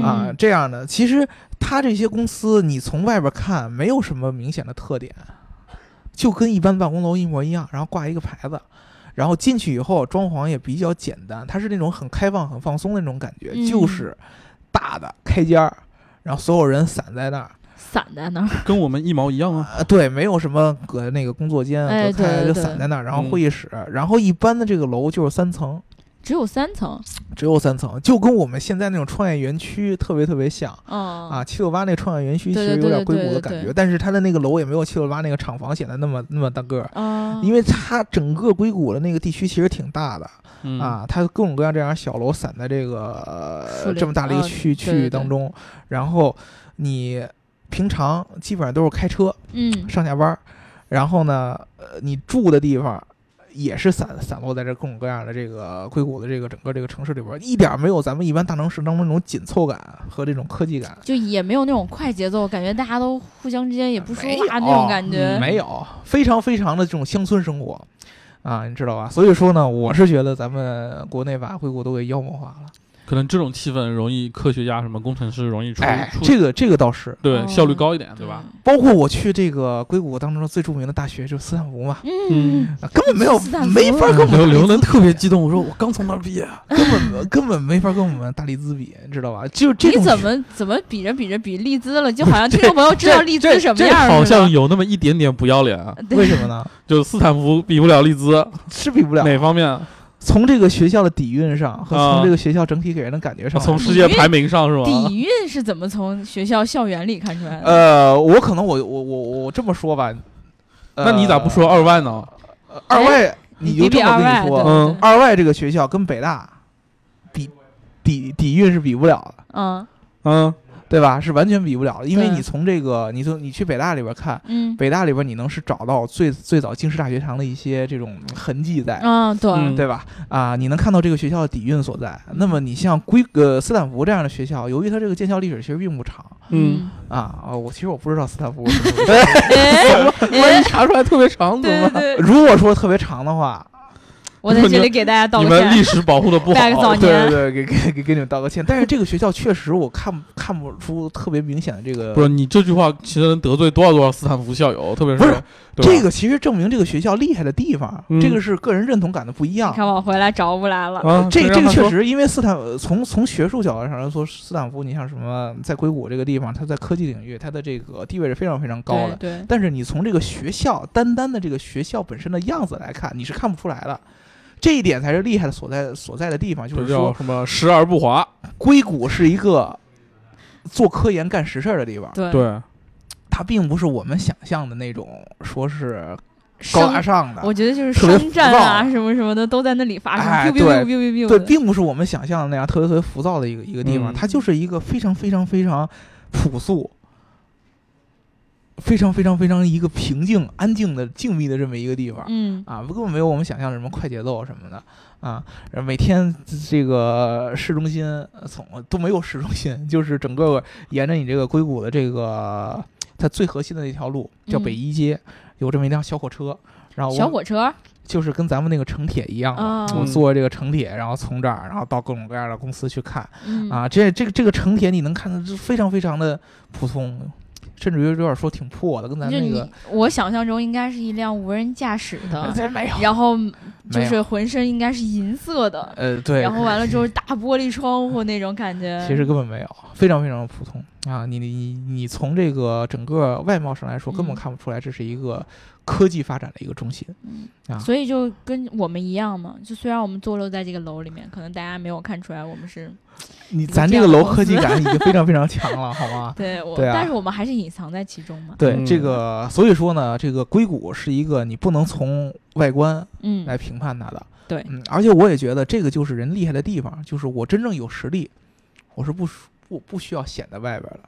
Speaker 2: 啊、
Speaker 1: 嗯，
Speaker 2: 这样的，其实它这些公司你从外边看没有什么明显的特点，就跟一般办公楼一模一样，然后挂一个牌子。然后进去以后，装潢也比较简单，它是那种很开放、很放松的那种感觉，
Speaker 1: 嗯
Speaker 2: 就是大的开间儿，然后所有人散在那儿，
Speaker 1: 散在那儿，
Speaker 3: 跟我们一毛一样啊。
Speaker 2: 啊，对，没有什么隔那个工作间
Speaker 1: 哎
Speaker 2: 隔开
Speaker 1: 对
Speaker 2: 就
Speaker 1: 对
Speaker 2: 散在那儿，然后
Speaker 3: 嗯
Speaker 2: 会议室，然后一般的这个楼就是三层，
Speaker 1: 只有三层。
Speaker 2: 只有三层，就跟我们现在那种创业园区特别特别像。
Speaker 1: 嗯
Speaker 2: 啊，七六八那个创业园区其
Speaker 1: 对对
Speaker 2: 实有点
Speaker 1: 对
Speaker 2: 硅
Speaker 1: 对
Speaker 2: 谷的
Speaker 1: 对
Speaker 2: 感
Speaker 1: 对
Speaker 2: 觉，但是它的那个楼也没有七六八那个厂房显得那么那么大个儿，
Speaker 1: 啊，
Speaker 2: 因
Speaker 1: 为
Speaker 2: 为它整个硅谷的那个地区其实挺大的，
Speaker 3: 嗯，
Speaker 2: 啊，它各种各样这样小楼散在这个、
Speaker 1: 树
Speaker 2: 呃
Speaker 1: 林
Speaker 2: 这么大的一个
Speaker 1: 啊对
Speaker 2: 区、区域
Speaker 1: 对
Speaker 2: 当
Speaker 1: 对
Speaker 2: 中，然后你平常基本上都是开车，
Speaker 1: 嗯
Speaker 2: 上下班儿，然后呢，呃，你住的地方也是散散落在这各种各样的这个硅谷的这个整个这个城市里边儿，一点儿没有咱们一般大城市当中那种紧凑感和这种科技感，
Speaker 1: 就也没有那种快节奏，感觉大家都互相之间也不说
Speaker 2: 没
Speaker 1: 话那
Speaker 2: 有嗯
Speaker 1: 种感
Speaker 3: [laughs]
Speaker 1: 觉。
Speaker 2: 没有，非常非常的这种乡村生活。啊，你知道吧？所以说呢，我是觉得咱们国内把硅谷都给妖魔化了。
Speaker 3: 可能这种气氛容易科学家什么工程师容易出
Speaker 2: 哎，
Speaker 3: 出
Speaker 2: 这个这个倒是，
Speaker 3: 对
Speaker 1: 哦
Speaker 3: 效率高一点，对吧？？
Speaker 2: 包括我去这个硅谷当中最著名的大学就是斯坦福嘛，
Speaker 1: 嗯，
Speaker 2: 啊根本没有
Speaker 1: 斯坦福
Speaker 2: 没法跟我们大
Speaker 3: 刘刘
Speaker 2: 利
Speaker 3: 能
Speaker 2: 兹
Speaker 3: 特
Speaker 2: 比
Speaker 3: 别激动，我说我刚从那儿毕业，
Speaker 2: 根本根本没法跟我们大利兹比，你知道吧？只有这
Speaker 1: 你
Speaker 2: 种
Speaker 1: 怎么怎么比着比着比利兹了？就好像听
Speaker 2: [laughs]
Speaker 1: 众朋友知道利
Speaker 3: 这
Speaker 1: 兹什么
Speaker 3: 这
Speaker 1: 样
Speaker 3: 好
Speaker 1: 似的
Speaker 3: 像有那么一点点不要脸啊，
Speaker 2: 为什么呢？
Speaker 3: 就是斯坦福比不了利兹，
Speaker 2: 是比不了。
Speaker 3: 哪方面？
Speaker 2: 从这个学校的底蕴上和
Speaker 3: 啊
Speaker 2: 从这个学校整体给人的感觉上来说，
Speaker 3: 从世界排名上是吗？
Speaker 1: 底蕴是怎么从学校校园里看出来的？
Speaker 2: 啊呃，我可能我我我我这么说吧，呃
Speaker 3: 那你咋不说二外呢？
Speaker 2: 呃二外？你就
Speaker 1: 比比
Speaker 2: 这么
Speaker 1: 二
Speaker 2: 跟
Speaker 1: 外，
Speaker 2: 你
Speaker 1: 对
Speaker 2: 说，啊
Speaker 3: 嗯
Speaker 1: [laughs] 对对
Speaker 2: 二外这个学校跟北大比底底蕴是比不了的，
Speaker 1: 嗯
Speaker 3: 嗯，
Speaker 2: 对吧？是完全比不了的，因为
Speaker 1: 对
Speaker 2: 你从这个，你从你去北大里边看。
Speaker 1: 嗯
Speaker 2: 北大里边你能是找到最最早京师大学堂的一些这种痕迹在，
Speaker 1: 嗯，对
Speaker 3: 嗯
Speaker 2: 对吧？啊，你能看到这个学校的底蕴所在。那么你像硅呃斯坦福这样的学校，由于它这个建校历史其实并不长
Speaker 3: 嗯，
Speaker 2: 啊啊，我其实我不知道斯坦
Speaker 1: [laughs]
Speaker 2: 福是不是， [laughs]
Speaker 1: 哎
Speaker 3: 万一
Speaker 1: 哎，
Speaker 3: 查出来特别长怎
Speaker 1: 对对
Speaker 3: 么办？
Speaker 1: 对，
Speaker 2: 如果说特别长的
Speaker 1: [laughs]
Speaker 2: 话，
Speaker 1: 我在这里给大家道
Speaker 3: 你
Speaker 1: 个
Speaker 3: 们
Speaker 1: 歉
Speaker 3: 历。史保护的不好
Speaker 1: 拜个早，
Speaker 2: 哦对
Speaker 1: 年
Speaker 2: 对对，给给给给你们道个歉。但是这个学校确实我看不看不出特别明显的这个，
Speaker 3: 不是你这句话其实能得罪多少多少斯坦福校友，特别
Speaker 2: 不是
Speaker 3: 对吧
Speaker 2: 这个其实证明这个学校厉害的地方，啊
Speaker 3: 嗯
Speaker 2: 这个是个人认同感的不一样
Speaker 1: 你。看我回来找不来了，
Speaker 3: 啊，
Speaker 2: 呃这
Speaker 3: 让
Speaker 2: 这个
Speaker 3: 他
Speaker 2: 确
Speaker 3: 说
Speaker 2: 实，因为斯坦呃从从学术角度上来说，斯坦福你像什么在硅谷这个地方，它在科技领域它的这个地位是非常非常高的。
Speaker 1: 对
Speaker 2: 但是你从这个学校单单的这个学校本身的样子来看，你是看不出来的。这一点才是厉害的所在所在的地方，就
Speaker 3: 这
Speaker 2: 是
Speaker 3: 叫
Speaker 2: 说
Speaker 3: 什么时而不华，
Speaker 2: 硅谷是一个做科研干实事儿的地方，
Speaker 1: 对对，
Speaker 3: 对，
Speaker 2: 它并不是我们想象的那种说是高大
Speaker 1: 商，
Speaker 2: 上的
Speaker 1: 我，觉得就是
Speaker 2: 特别浮
Speaker 1: 商战啊
Speaker 2: 躁
Speaker 1: 什么什么的都在那里发
Speaker 2: 哎
Speaker 1: 生，biu
Speaker 2: 对
Speaker 1: biu biu biu biu
Speaker 2: 对，
Speaker 1: 的
Speaker 2: 并不是我们想象的那样特别特别浮躁的一个一个地方，
Speaker 3: 嗯
Speaker 2: 它就是一个非常非常非常朴素。非常非常非常一个平静、安静的、静谧的这么一个地方，
Speaker 1: 嗯
Speaker 2: 啊，根本没有我们想象的什么快节奏什么的啊。然后每天这个市中心呃从都没有市中心，就是整个沿着你这个硅谷的这个它最核心的那条路叫北
Speaker 1: 嗯
Speaker 2: 一街，有这么一辆小火车，然后
Speaker 1: 小
Speaker 2: 我
Speaker 1: 火车，
Speaker 2: 就是跟咱们那个城铁一样嘛。
Speaker 1: 啊
Speaker 2: 我
Speaker 3: 嗯
Speaker 2: 坐这个城铁，然后从这儿，然后到各种各样的公司去看
Speaker 1: 嗯
Speaker 2: 啊。这这个这个城铁你能看到，就非常非常的普通，甚至于有点说挺破的，跟咱
Speaker 1: 就
Speaker 2: 那
Speaker 1: 你
Speaker 2: 个
Speaker 1: 我想象中应该是一辆无人驾驶的，
Speaker 2: [laughs] 咱没有，
Speaker 1: 然后就
Speaker 2: 没有
Speaker 1: 是浑身应该是银色的，
Speaker 2: 呃对，
Speaker 1: 然后完了之后大玻璃窗户那种感觉。
Speaker 2: 其实根本没有，非常非常普通啊！你你你从这个整个外貌上来说，根本
Speaker 1: 嗯
Speaker 2: 看不出来这是一个科技发展的一个中心。
Speaker 1: 嗯
Speaker 2: 啊
Speaker 1: 所以就跟我们一样嘛，就虽然我们坐落在这个楼里面，可能大家没有看出来我们是
Speaker 2: 你
Speaker 1: 个
Speaker 2: 咱
Speaker 1: 这
Speaker 2: 这
Speaker 1: 样
Speaker 2: 个
Speaker 1: 的
Speaker 2: 楼
Speaker 1: 公
Speaker 2: 科技
Speaker 1: 司
Speaker 2: 感已经
Speaker 1: [laughs]
Speaker 2: 非常非常强了，好吗？
Speaker 1: 对我，
Speaker 2: 对啊
Speaker 1: 但是我们还是隐藏在其中嘛。
Speaker 2: 对、
Speaker 3: 嗯
Speaker 2: 这个，所以说呢，这个硅谷是一个你不能从外观
Speaker 1: 嗯，
Speaker 2: 来评判它的。
Speaker 1: 对
Speaker 2: 嗯，而且我也觉得这个就是人厉害的地方，就是我真正有实力，我是不需不不需要显在外边的。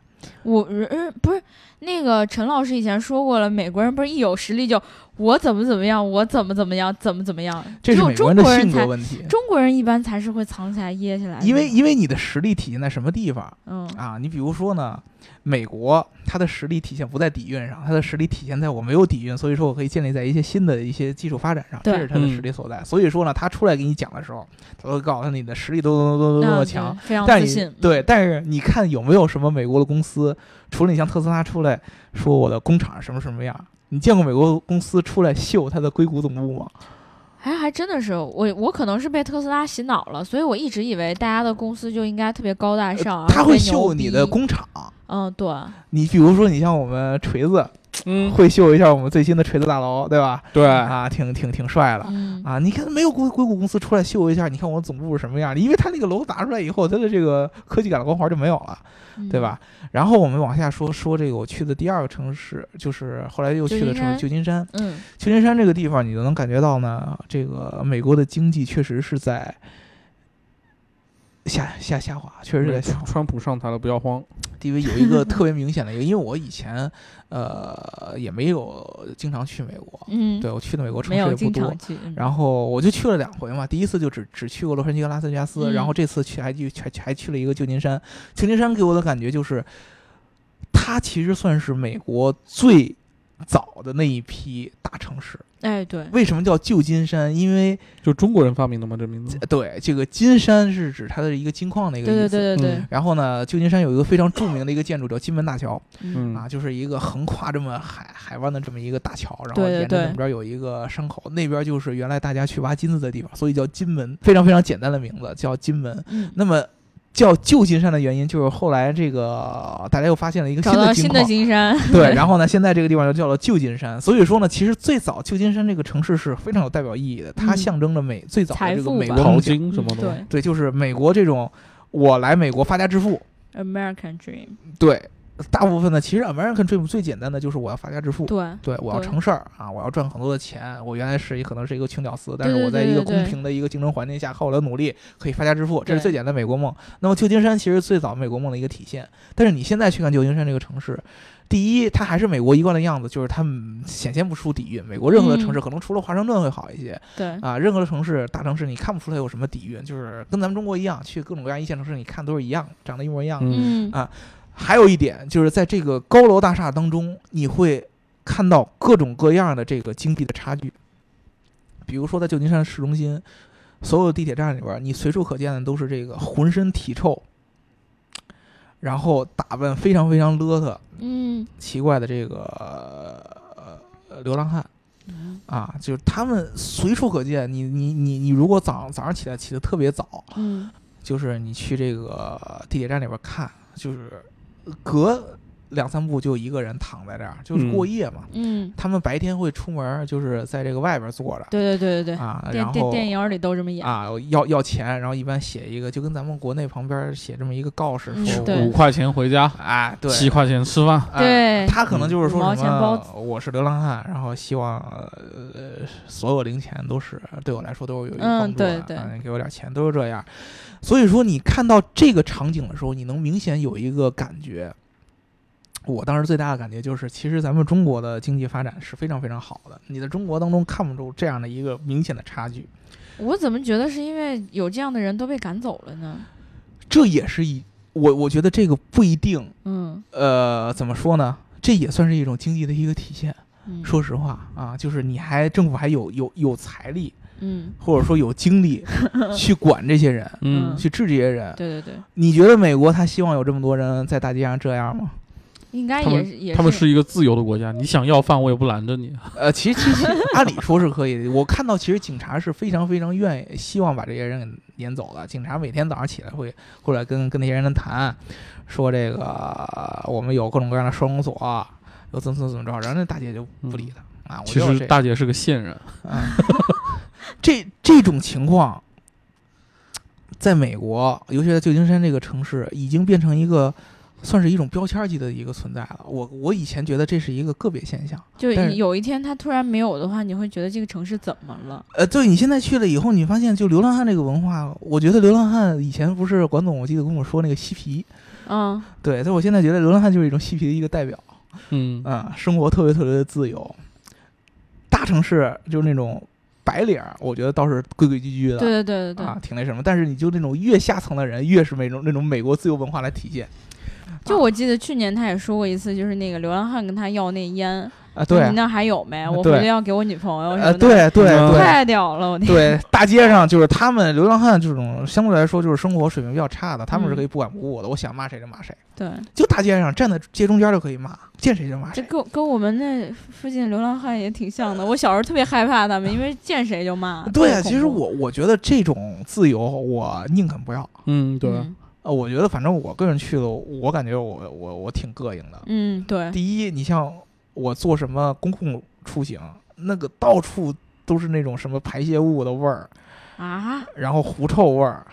Speaker 1: 我呃不是那个陈老师以前说过了，美国人不是一有实力就我怎么怎么样，我怎么怎么样，怎么怎么样，
Speaker 2: 这
Speaker 1: 只
Speaker 2: 是
Speaker 1: 有
Speaker 2: 美
Speaker 1: 中
Speaker 2: 国人的
Speaker 1: 国
Speaker 2: 性格
Speaker 1: 才。
Speaker 2: 问题，
Speaker 1: 中国人一般才是会藏起来掖起来的，
Speaker 2: 因为因为你的实力体现在什么地方？
Speaker 1: 嗯
Speaker 2: 啊，你比如说呢，美国它的实力体现不在底蕴上，它的实力体现在我没有底蕴，所以说我可以建立在一些新的一些技术发展上，这
Speaker 1: 对
Speaker 2: 是它的实
Speaker 3: 嗯
Speaker 2: 力所在。所以说呢，他出来给你讲的时候，他会告诉你的实力多多多多多
Speaker 1: 嗯那
Speaker 2: 多
Speaker 1: 对
Speaker 2: 强。
Speaker 1: 非常
Speaker 2: 但
Speaker 1: 自
Speaker 2: 是
Speaker 1: 信嗯
Speaker 2: 你。对，但是你看有没有什么美国的公司，除了你像特斯拉出来说我的工厂什么什么样，你见过美国公司出来秀它的硅谷总部吗？
Speaker 1: 哎，还真的是我，我可能是被特斯拉洗脑了，所以我一直以为大家的公司就应该特别高大上啊，
Speaker 2: 呃他
Speaker 1: 特别
Speaker 2: 会
Speaker 1: 牛
Speaker 2: 秀你的
Speaker 1: 逼，
Speaker 2: 工厂。
Speaker 1: 嗯，对，
Speaker 2: 你比如说，你像我们锤子
Speaker 3: 嗯，
Speaker 2: 会秀一下我们最新的锤子大楼，对吧？
Speaker 3: 对，
Speaker 2: 啊，挺挺挺帅的。
Speaker 1: 嗯，
Speaker 2: 啊，你看没有硅硅谷公司出来秀一下，你看我总部是什么样的？因为它那个楼打出来以后，它的这个科技感的光环就没有了，
Speaker 1: 嗯
Speaker 2: 对？吧？然后我们往下说说这个我去的第二个城市，就是后来又去
Speaker 1: 旧
Speaker 2: 的
Speaker 1: 金
Speaker 2: 城市
Speaker 1: 山
Speaker 2: 旧金山。
Speaker 1: 嗯，
Speaker 2: 旧金山这个地方，你就能感觉到呢，这个美国的经济确实是在下下下滑，确实是在下滑。
Speaker 3: 川普上台了，不要慌。
Speaker 2: 因为有一个特别明显的一个，因为我以前呃也没有经常去美国，
Speaker 1: 嗯，
Speaker 2: 对我去的美国城
Speaker 1: 没
Speaker 2: 市
Speaker 1: 有
Speaker 2: 也不
Speaker 1: 经
Speaker 2: 多
Speaker 1: 常。去，嗯
Speaker 2: 然后我就去了两回嘛，第一次就只只去过洛杉矶和拉斯维加斯，
Speaker 1: 嗯
Speaker 2: 然后这次去还去还还去了一个旧金山。旧金山给我的感觉就是，它其实算是美国最早的那一批大城市，
Speaker 1: 哎，对，
Speaker 2: 为什么叫旧金山？因为呃
Speaker 3: 就中国人发明的吗？这名字？
Speaker 2: 对这个金山是指它的一个金矿的一个意
Speaker 1: 对对
Speaker 2: 思。
Speaker 1: 对对对
Speaker 3: 嗯，
Speaker 2: 然后呢，旧金山有一个非常著名的一个建筑
Speaker 1: [laughs]
Speaker 2: 叫金门大桥
Speaker 1: 嗯，
Speaker 3: 嗯
Speaker 2: 啊，就是一个横跨这么海海湾的这么一个大桥，然后
Speaker 1: 对对
Speaker 2: 沿着
Speaker 1: 对
Speaker 2: 两边有一个山口，那边就是原来大家去挖金子的地方，所以叫金门，非常非常简单的名字叫金门。
Speaker 1: 嗯
Speaker 2: 那么叫旧金山的原因就是后来这个大家又发现了一个
Speaker 1: 找
Speaker 2: 新
Speaker 1: 到
Speaker 2: 的
Speaker 1: 新
Speaker 2: 金
Speaker 1: 的
Speaker 2: 矿，
Speaker 1: 金山， [laughs]
Speaker 2: 对，然后呢，现在这个地方就叫做旧金山。所以说呢，其实最早旧金山这个城市是非常有代表意义的，它
Speaker 1: 嗯
Speaker 2: 象征着美最早
Speaker 1: 财
Speaker 2: 的这个
Speaker 1: 富
Speaker 2: 美
Speaker 1: 吧
Speaker 2: 国
Speaker 3: 淘
Speaker 2: 梦想，
Speaker 3: 金什么
Speaker 1: 嗯
Speaker 3: 的吗？
Speaker 2: 对，就是美国这种我来美国发家致富，
Speaker 1: 对，American Dream，
Speaker 2: 对，大部分呢，其实 American Dream 最简单的就是我要发家致富。
Speaker 1: 对，
Speaker 2: 对，我要
Speaker 1: 对
Speaker 2: 成事儿啊！我要赚很多的钱。我原来是一可能是一个穷屌丝，但是
Speaker 1: 对对
Speaker 2: 我在一个
Speaker 1: 对对
Speaker 2: 公
Speaker 1: 对
Speaker 2: 平的一个竞争环境下，靠我的努力可以发家致富，这是
Speaker 1: 对
Speaker 2: 最简单的美国梦。那么旧金山其实最早美国梦的一个体现。但是你现在去看旧金山这个城市，第一，它还是美国一贯的样子，就是它嗯显现不出底蕴。美国任何的城
Speaker 1: 嗯
Speaker 2: 市，可能除了华盛顿会好一些
Speaker 1: 对，
Speaker 2: 啊，任何的城市大城市你看不出它有什么底蕴，就是跟咱们中国一样，去各种各样一线城市，你看都是一样，长得一模一样。
Speaker 3: 嗯，
Speaker 1: 嗯
Speaker 2: 啊还有一点就是在这个高楼大厦当中，你会看到各种各样的这个经济的差距。比如说在旧金山市中心，所有地铁站里边儿，你随处可见的都是这个浑身体臭，然后打扮非常非常邋遢、
Speaker 1: 嗯，
Speaker 2: 奇怪的这个呃呃流浪汉。
Speaker 1: 嗯
Speaker 2: 啊，就是他们随处可见。你你你你，如果早早上起来起得特别早，
Speaker 1: 嗯，
Speaker 2: 就是你去这个地铁站里边看，就是隔两三步就一个人躺在这儿，就是过夜嘛。
Speaker 1: 嗯，
Speaker 2: 他们白天会出门，就是在这个外边坐着
Speaker 1: 对对对对对，
Speaker 2: 啊，然
Speaker 1: 电电
Speaker 2: 后
Speaker 1: 电影里都这么演，
Speaker 2: 啊要要钱，然后一般写一个，就跟咱们国内旁边写这么一个告示
Speaker 1: 嗯
Speaker 2: 说
Speaker 1: 对
Speaker 2: 我，
Speaker 3: 五块钱回家，
Speaker 2: 哎，对，
Speaker 3: 七块钱吃饭，
Speaker 2: 啊
Speaker 1: 对
Speaker 2: 他可能就是
Speaker 1: 嗯五毛
Speaker 2: 说什
Speaker 1: 钱包
Speaker 2: 么
Speaker 1: 子
Speaker 2: 我是流浪汉，然后希望呃所有零钱都是对我来说都是有一个
Speaker 1: 嗯
Speaker 2: 帮助
Speaker 1: 对
Speaker 2: 的
Speaker 1: 对
Speaker 2: 啊你给我点钱都是这样。所以说你看到这个场景的时候，你能明显有一个感觉。我当时最大的感觉就是，其实咱们中国的经济发展是非常非常好的。你在中国当中看不出这样的一个明显的差距，
Speaker 1: 我怎么觉得是因为有这样的人都被赶走了呢？
Speaker 2: 这也是一我我觉得这个不一定，
Speaker 1: 嗯，
Speaker 2: 呃，怎么说呢？这也算是一种经济的一个体现。
Speaker 1: 嗯
Speaker 2: 说实话啊，就是你还政府还有有有财力，
Speaker 1: 嗯，
Speaker 2: 或者说有精力去管这些人，
Speaker 1: 嗯
Speaker 3: 嗯，
Speaker 2: 去治这些人。
Speaker 1: 对对对，
Speaker 2: 你觉得美国他希望有这么多人在大街上这样吗？
Speaker 1: 应该
Speaker 3: 他
Speaker 1: 也
Speaker 3: 们
Speaker 1: 是也
Speaker 3: 他们是一个自由的国家，你想要饭我也不拦着你。
Speaker 2: 呃，其实其实按理说是可以的。我看到其实警察是非常非常愿意希望把这些人给撵走的。警察每天早上起来会过来跟跟那些人谈，说这个呃我们有各种各样的收容所，有怎么怎么怎么着，然后那大姐就不理他啊。我
Speaker 3: 其
Speaker 2: 就要这
Speaker 3: 实
Speaker 2: 样
Speaker 3: 大姐是个线人，
Speaker 2: 啊， [laughs] 这这种情况，在美国，尤其在旧金山这个城市，已经变成一个算是一种标签儿级的一个存在了。我我以前觉得这是一个个别现象，
Speaker 1: 就
Speaker 2: 但是
Speaker 1: 有一天他突然没有的话，你会觉得这个城市怎么了？
Speaker 2: 呃，对你现在去了以后，你发现就流浪汉这个文化，我觉得流浪汉以前不是管总，我记得跟我说那个嬉皮，
Speaker 1: 嗯，
Speaker 2: 对，但我现在觉得流浪汉就是一种嬉皮的一个代表。
Speaker 3: 嗯，
Speaker 2: 啊，生活特别特别的自由。大城市就是那种白领儿，我觉得倒是规规矩矩的，
Speaker 1: 对对对对对，
Speaker 2: 啊，挺那什么。但是你就那种越下层的人，越是那种那种美国自由文化来体现
Speaker 1: 就我记得去年他也说过一次，就是那个流浪汉跟他要那烟，
Speaker 2: 啊，对
Speaker 1: 你那还有没？
Speaker 2: 啊
Speaker 1: 我回
Speaker 2: 对
Speaker 1: 来要给我女朋友什
Speaker 2: 呃，
Speaker 1: 么的，
Speaker 2: 对对
Speaker 3: 嗯
Speaker 2: 对
Speaker 1: 太屌了，我天，
Speaker 2: 对，大街上就是他们流浪汉这种相对来说就是生活水平比较差的，他们是
Speaker 1: 嗯
Speaker 2: 可以不管不顾的，我想骂谁就骂谁，
Speaker 1: 对，
Speaker 2: 就大街上站在街中间就可以骂，见谁就骂
Speaker 1: 这
Speaker 2: 谁。
Speaker 1: 跟跟我们那附近流浪汉也挺像的。我小时候特别害怕他们，因为见谁就骂。
Speaker 2: 啊对
Speaker 1: 特别
Speaker 2: 啊，
Speaker 1: 恐怖
Speaker 2: 其实我我觉得这种自由我宁肯不要。
Speaker 3: 嗯，对，
Speaker 1: 嗯
Speaker 2: 呃，我觉得反正我个人去了，我感觉我我我挺膈应的。
Speaker 1: 嗯对，
Speaker 2: 第一，你像我坐什么公共出行，那个到处都是那种什么排泄物的味儿，
Speaker 1: 啊，
Speaker 2: 然后狐臭味儿。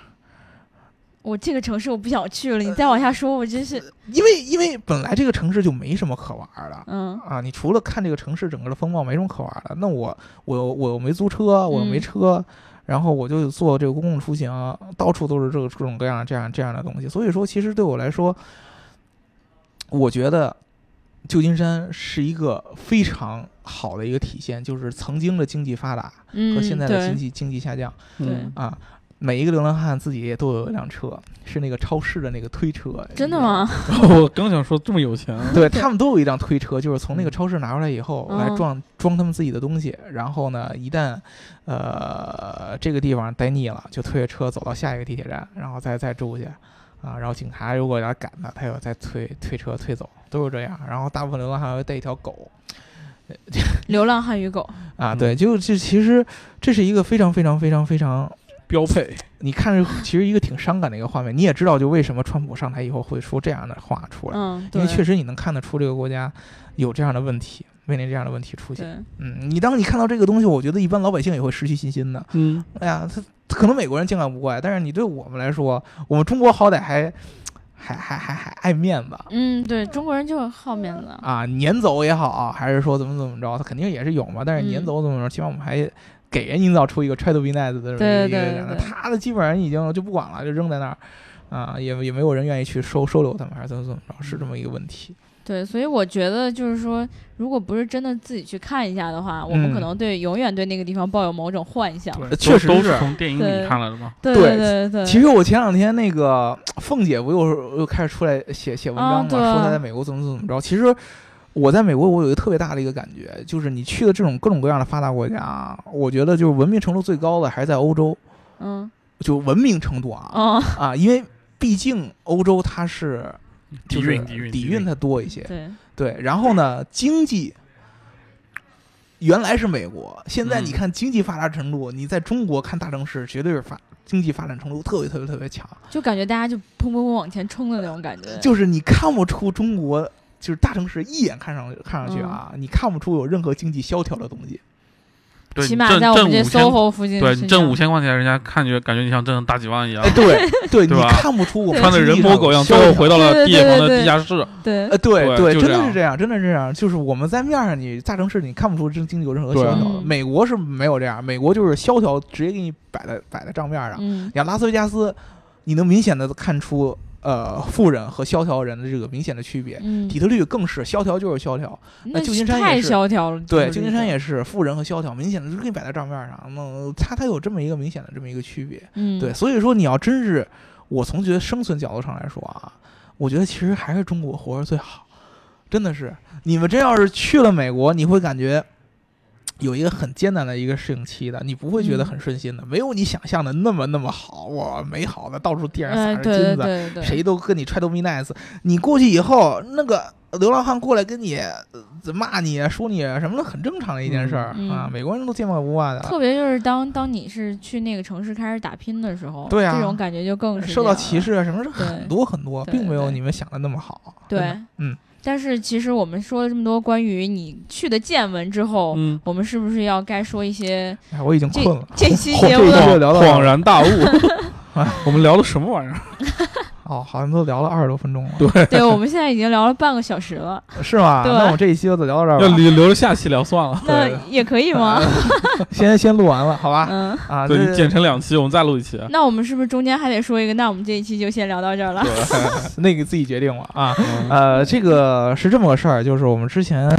Speaker 1: 我这个城市我不想去了。你再往下说，我真是
Speaker 2: 因为因为本来这个城市就没什么可玩儿的
Speaker 1: 嗯
Speaker 2: 啊，你除了看这个城市整个的风貌，没什么可玩儿的。那我我我又没租车，我又没
Speaker 1: 嗯
Speaker 2: 车。然后我就坐这个公共出行，到处都是这个各种各样这样这样的东西。所以说，其实对我来说，我觉得旧金山是一个非常好的一个体现，就是曾经的经济发达，
Speaker 1: 嗯
Speaker 2: 和现在的经
Speaker 1: 对
Speaker 2: 济经济下降
Speaker 1: 对
Speaker 3: 嗯
Speaker 2: 啊。每一个流浪汉自己都有一辆车，是那个超市的那个推车。
Speaker 1: 真的？吗？
Speaker 3: 我刚想说这么有钱，
Speaker 2: 对他们都有一辆推车，就是从那个超市拿出来以后，
Speaker 1: 嗯
Speaker 2: 来装装他们自己的东西。然后呢，一旦呃这个地方待腻了，就推着车走到下一个地铁站，然后再再住去啊。然后警察如果要赶他，他又再推推车推走，都是这样。然后大部分流浪汉会带一条狗
Speaker 1: 流浪汉与狗，
Speaker 2: 啊，
Speaker 3: 嗯
Speaker 2: 对，就这其实这是一个非常非常非常非常
Speaker 3: 标配。
Speaker 2: 你看着其实一个挺伤感的一个画面，你也知道就为什么川普上台以后会说这样的话出来，
Speaker 1: 嗯，
Speaker 2: 因
Speaker 1: 对，
Speaker 2: 为确实你能看得出这个国家有这样的问题，面临这样的问题出现。
Speaker 1: 对，
Speaker 2: 嗯，你当你看到这个东西，我觉得一般老百姓也会失去信心的。
Speaker 3: 嗯，
Speaker 2: 哎呀，他可能美国人见怪不怪，但是你对我们来说，我们中国好歹还还还还还爱面子。
Speaker 1: 嗯，对，中国人就是好面子，
Speaker 2: 啊，撵走也好，还是说怎么怎么着，他肯定也是有嘛。但是撵
Speaker 1: 嗯
Speaker 2: 走怎么着，起码我们还给人营造出一个 try to be nice 的这么一
Speaker 1: 对对
Speaker 2: 个
Speaker 1: 对
Speaker 2: 人
Speaker 1: 对
Speaker 2: 他的基本上已经就不管了，就扔在那儿啊，也也没有人愿意去收收留他们，还是怎么怎么着，是这么一个问题。
Speaker 1: 对，所以我觉得就是说，如果不是真的自己去看一下的话，我
Speaker 2: 嗯
Speaker 1: 们可能对永远对那个地方抱有某种幻想。
Speaker 3: 对
Speaker 2: 呃确实
Speaker 3: 都都
Speaker 2: 是
Speaker 3: 是从电影里
Speaker 1: 对
Speaker 3: 看来的嘛。
Speaker 1: 对
Speaker 2: 对
Speaker 1: 对对对，
Speaker 2: 其实我前两天那个凤姐不又又开始出来写写文章嘛，
Speaker 1: 啊对啊
Speaker 2: 说她在美国怎么怎么着。其实我在美国，我有一个特别大的一个感觉，就是你去的这种各种各样的发达国家，我觉得就是文明程度最高的还是在欧洲，
Speaker 1: 嗯
Speaker 2: 就文明程度啊，
Speaker 1: 哦，
Speaker 2: 啊，因为毕竟欧洲它是
Speaker 3: 底
Speaker 2: 就是
Speaker 3: 蕴，底蕴，
Speaker 2: 底蕴它多一些，
Speaker 1: 对，
Speaker 2: 对。然后呢，经济原来是美国，现在
Speaker 3: 嗯
Speaker 2: 你看经济发达程度，你在中国看大城市，绝对是发经济发展程度特别特别特别强，
Speaker 1: 就感觉大家就砰砰砰往前冲的那种感觉。
Speaker 2: 就是你看不出中国。就是大城市一眼看上看上去啊，你看不出有任何经济萧条的东西。
Speaker 3: 对，
Speaker 1: 起
Speaker 3: 你
Speaker 1: 码
Speaker 3: 挣
Speaker 1: 在我
Speaker 3: 挣
Speaker 1: 们这
Speaker 3: 五千，
Speaker 1: SOHO 附近，
Speaker 3: 对你挣五，千块钱，人家看觉感觉你像挣大几万一样
Speaker 2: 哎，，
Speaker 3: [laughs]
Speaker 2: 对对，
Speaker 3: 啊对
Speaker 2: 你
Speaker 3: 吧
Speaker 2: 看不出我们
Speaker 3: 穿的
Speaker 2: 经济
Speaker 3: 人
Speaker 2: 上
Speaker 3: 模
Speaker 2: 有
Speaker 3: 狗样，
Speaker 2: 萧
Speaker 3: 最后
Speaker 2: 条
Speaker 3: 回到了
Speaker 1: 对对
Speaker 3: 地铁房
Speaker 1: 对
Speaker 3: 的
Speaker 1: 对
Speaker 3: 地下室。
Speaker 1: 对
Speaker 2: 呃，对
Speaker 3: 对就
Speaker 2: 真的是
Speaker 3: 这样
Speaker 2: 这样，真的是这样。就是我们在面儿上，你大城市你看不出这经济有任何萧
Speaker 3: 对啊
Speaker 2: 条的。
Speaker 1: 嗯
Speaker 2: 美国是没有这样，美国就是萧条直接给你摆在摆在账面上。
Speaker 1: 嗯
Speaker 2: 你，看拉斯维加斯，你能明显的看出呃富人和萧条人的这个明显的区别。
Speaker 1: 嗯
Speaker 2: 底特律更是萧条就是萧条，
Speaker 1: 那
Speaker 2: 旧金山也
Speaker 1: 太
Speaker 2: 是
Speaker 1: 萧条了。
Speaker 2: 对，
Speaker 1: 就是
Speaker 2: 旧金山也是富人和萧条，明显的就给你摆在账面上。那它它有这么一个明显的这么一个区别。
Speaker 1: 嗯，
Speaker 2: 对，所以说你要真是我从觉得生存角度上来说啊，我觉得其实还是中国活着最好，真的是。你们真要是去了美国，你会感觉有一个很艰难的一个适应期的，你不会觉得
Speaker 1: 嗯
Speaker 2: 很顺心的，没有你想象的那么那么好，哇，美好的到处地上
Speaker 1: 哎，
Speaker 2: 撒着
Speaker 1: 对
Speaker 2: 金
Speaker 1: 对
Speaker 2: 子，
Speaker 1: 对对，
Speaker 2: 谁都跟你 try to be nice。你过去以后，那个流浪汉过来跟你呃骂你、说你什么的，很正常的一件事儿、
Speaker 1: 嗯嗯
Speaker 2: 啊，美国人都见怪不怪的。
Speaker 1: 特别就是当当你是去那个城市开始打拼的时候，
Speaker 2: 对啊
Speaker 1: 这种感觉就更是
Speaker 2: 受
Speaker 1: 这
Speaker 2: 到
Speaker 1: 样
Speaker 2: 歧
Speaker 1: 了。
Speaker 2: 视啊，什么是很
Speaker 1: 对
Speaker 2: 多很多，
Speaker 1: 对
Speaker 2: 并没有
Speaker 1: 对
Speaker 2: 你们想的那么好。真
Speaker 1: 对
Speaker 2: 的，，嗯。
Speaker 1: 但是其实我们说了这么多关于你去的见闻之后，
Speaker 3: 嗯，
Speaker 1: 我们是不是要该说一些
Speaker 2: 哎，我已经
Speaker 1: 这
Speaker 2: 困了。
Speaker 1: 这期
Speaker 2: 后
Speaker 1: 节
Speaker 2: 这
Speaker 1: 目
Speaker 2: 一
Speaker 1: 的
Speaker 2: 期就聊到这儿
Speaker 3: 恍然大
Speaker 1: [laughs]
Speaker 3: 悟，哎我们聊的什么玩意儿？
Speaker 2: 哦，好像都聊了二十多分钟了，
Speaker 3: 对，
Speaker 1: 对，我们现在已经聊了半个小时了，
Speaker 2: 是吗？
Speaker 1: 对
Speaker 2: 那我这一期就聊到这儿
Speaker 3: 要
Speaker 2: 吧，
Speaker 3: 留留着下期聊算了。
Speaker 1: 那
Speaker 2: 对
Speaker 1: 也可以吗？
Speaker 2: 先先录完了，好吧？
Speaker 1: 嗯，
Speaker 2: 啊，
Speaker 3: 对，
Speaker 2: 这
Speaker 3: 你剪成两期，我们再录一期。
Speaker 1: 那我们是不是中间还得说一个？那我们这一期就先聊到这儿了。
Speaker 2: [laughs] 那个自己决定了啊。
Speaker 3: 嗯
Speaker 2: 呃，这个是这么个事儿，就是我们之前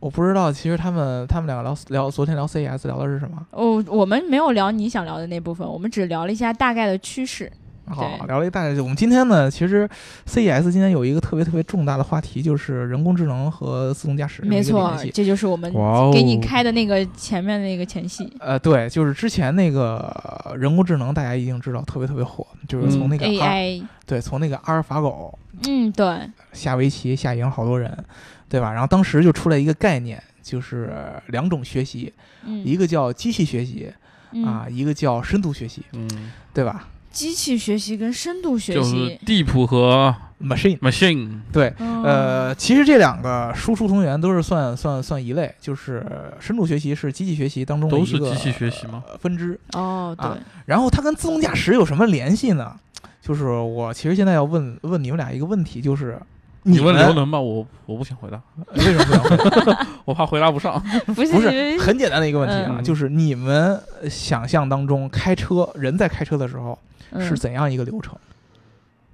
Speaker 2: 我不知道，其实他们他们两个聊聊昨天聊 CES 聊的是什么？
Speaker 1: 哦，我们没有聊你想聊的那部分，我们只聊了一下大概的趋势。
Speaker 2: 好，
Speaker 1: 对
Speaker 2: 聊了一大概。我们今天呢，其实 CES 今天有一个特别特别重大的话题，就是人工智能和自动驾驶这么
Speaker 1: 没
Speaker 2: 一个
Speaker 1: 错
Speaker 2: 联系，。
Speaker 1: 这就是我们
Speaker 3: 哇哦
Speaker 1: 给你开的那个前面的那个前戏。
Speaker 2: 呃，对，就是之前那个呃人工智能，大家一定知道特别特别火，就是从
Speaker 3: 嗯
Speaker 2: 那个阿、
Speaker 1: AI，
Speaker 2: 对，从那个阿尔法狗
Speaker 1: 嗯，对，
Speaker 2: 下围棋下赢好多人，对吧？然后当时就出来一个概念，就是两种学习，
Speaker 1: 嗯，
Speaker 2: 一个叫机器学习
Speaker 1: 嗯
Speaker 2: 啊，一个叫深度学习，
Speaker 3: 嗯，
Speaker 2: 对吧
Speaker 1: 机器学习跟深度学
Speaker 3: 就是
Speaker 1: 习，
Speaker 3: Deep 和
Speaker 2: ？machine。
Speaker 3: Machine，
Speaker 2: 对，
Speaker 1: 嗯
Speaker 2: 呃，，其实这两个叔叔同源都是算算算一类，就是深度学习是机器学习当中的
Speaker 3: 都
Speaker 2: 一
Speaker 3: 是
Speaker 2: 个
Speaker 3: 机器学习吗？
Speaker 2: 呃分支，
Speaker 1: 哦，对，
Speaker 2: 啊然后它跟自动驾驶有什么联系呢？就是我其实现在要问问你们俩一个问题，就是
Speaker 3: 你
Speaker 2: 们
Speaker 3: 问刘能吧，我我不想回答，
Speaker 2: 为什么 [laughs] 不想问？
Speaker 3: 我怕回答不 [laughs] 上。
Speaker 1: 不是
Speaker 2: 不
Speaker 1: 因为
Speaker 2: 是很简单的一个问题啊，
Speaker 3: 嗯
Speaker 2: 就是你们想象当中开车人在开车的时候
Speaker 1: 嗯
Speaker 2: 是怎样一个流程？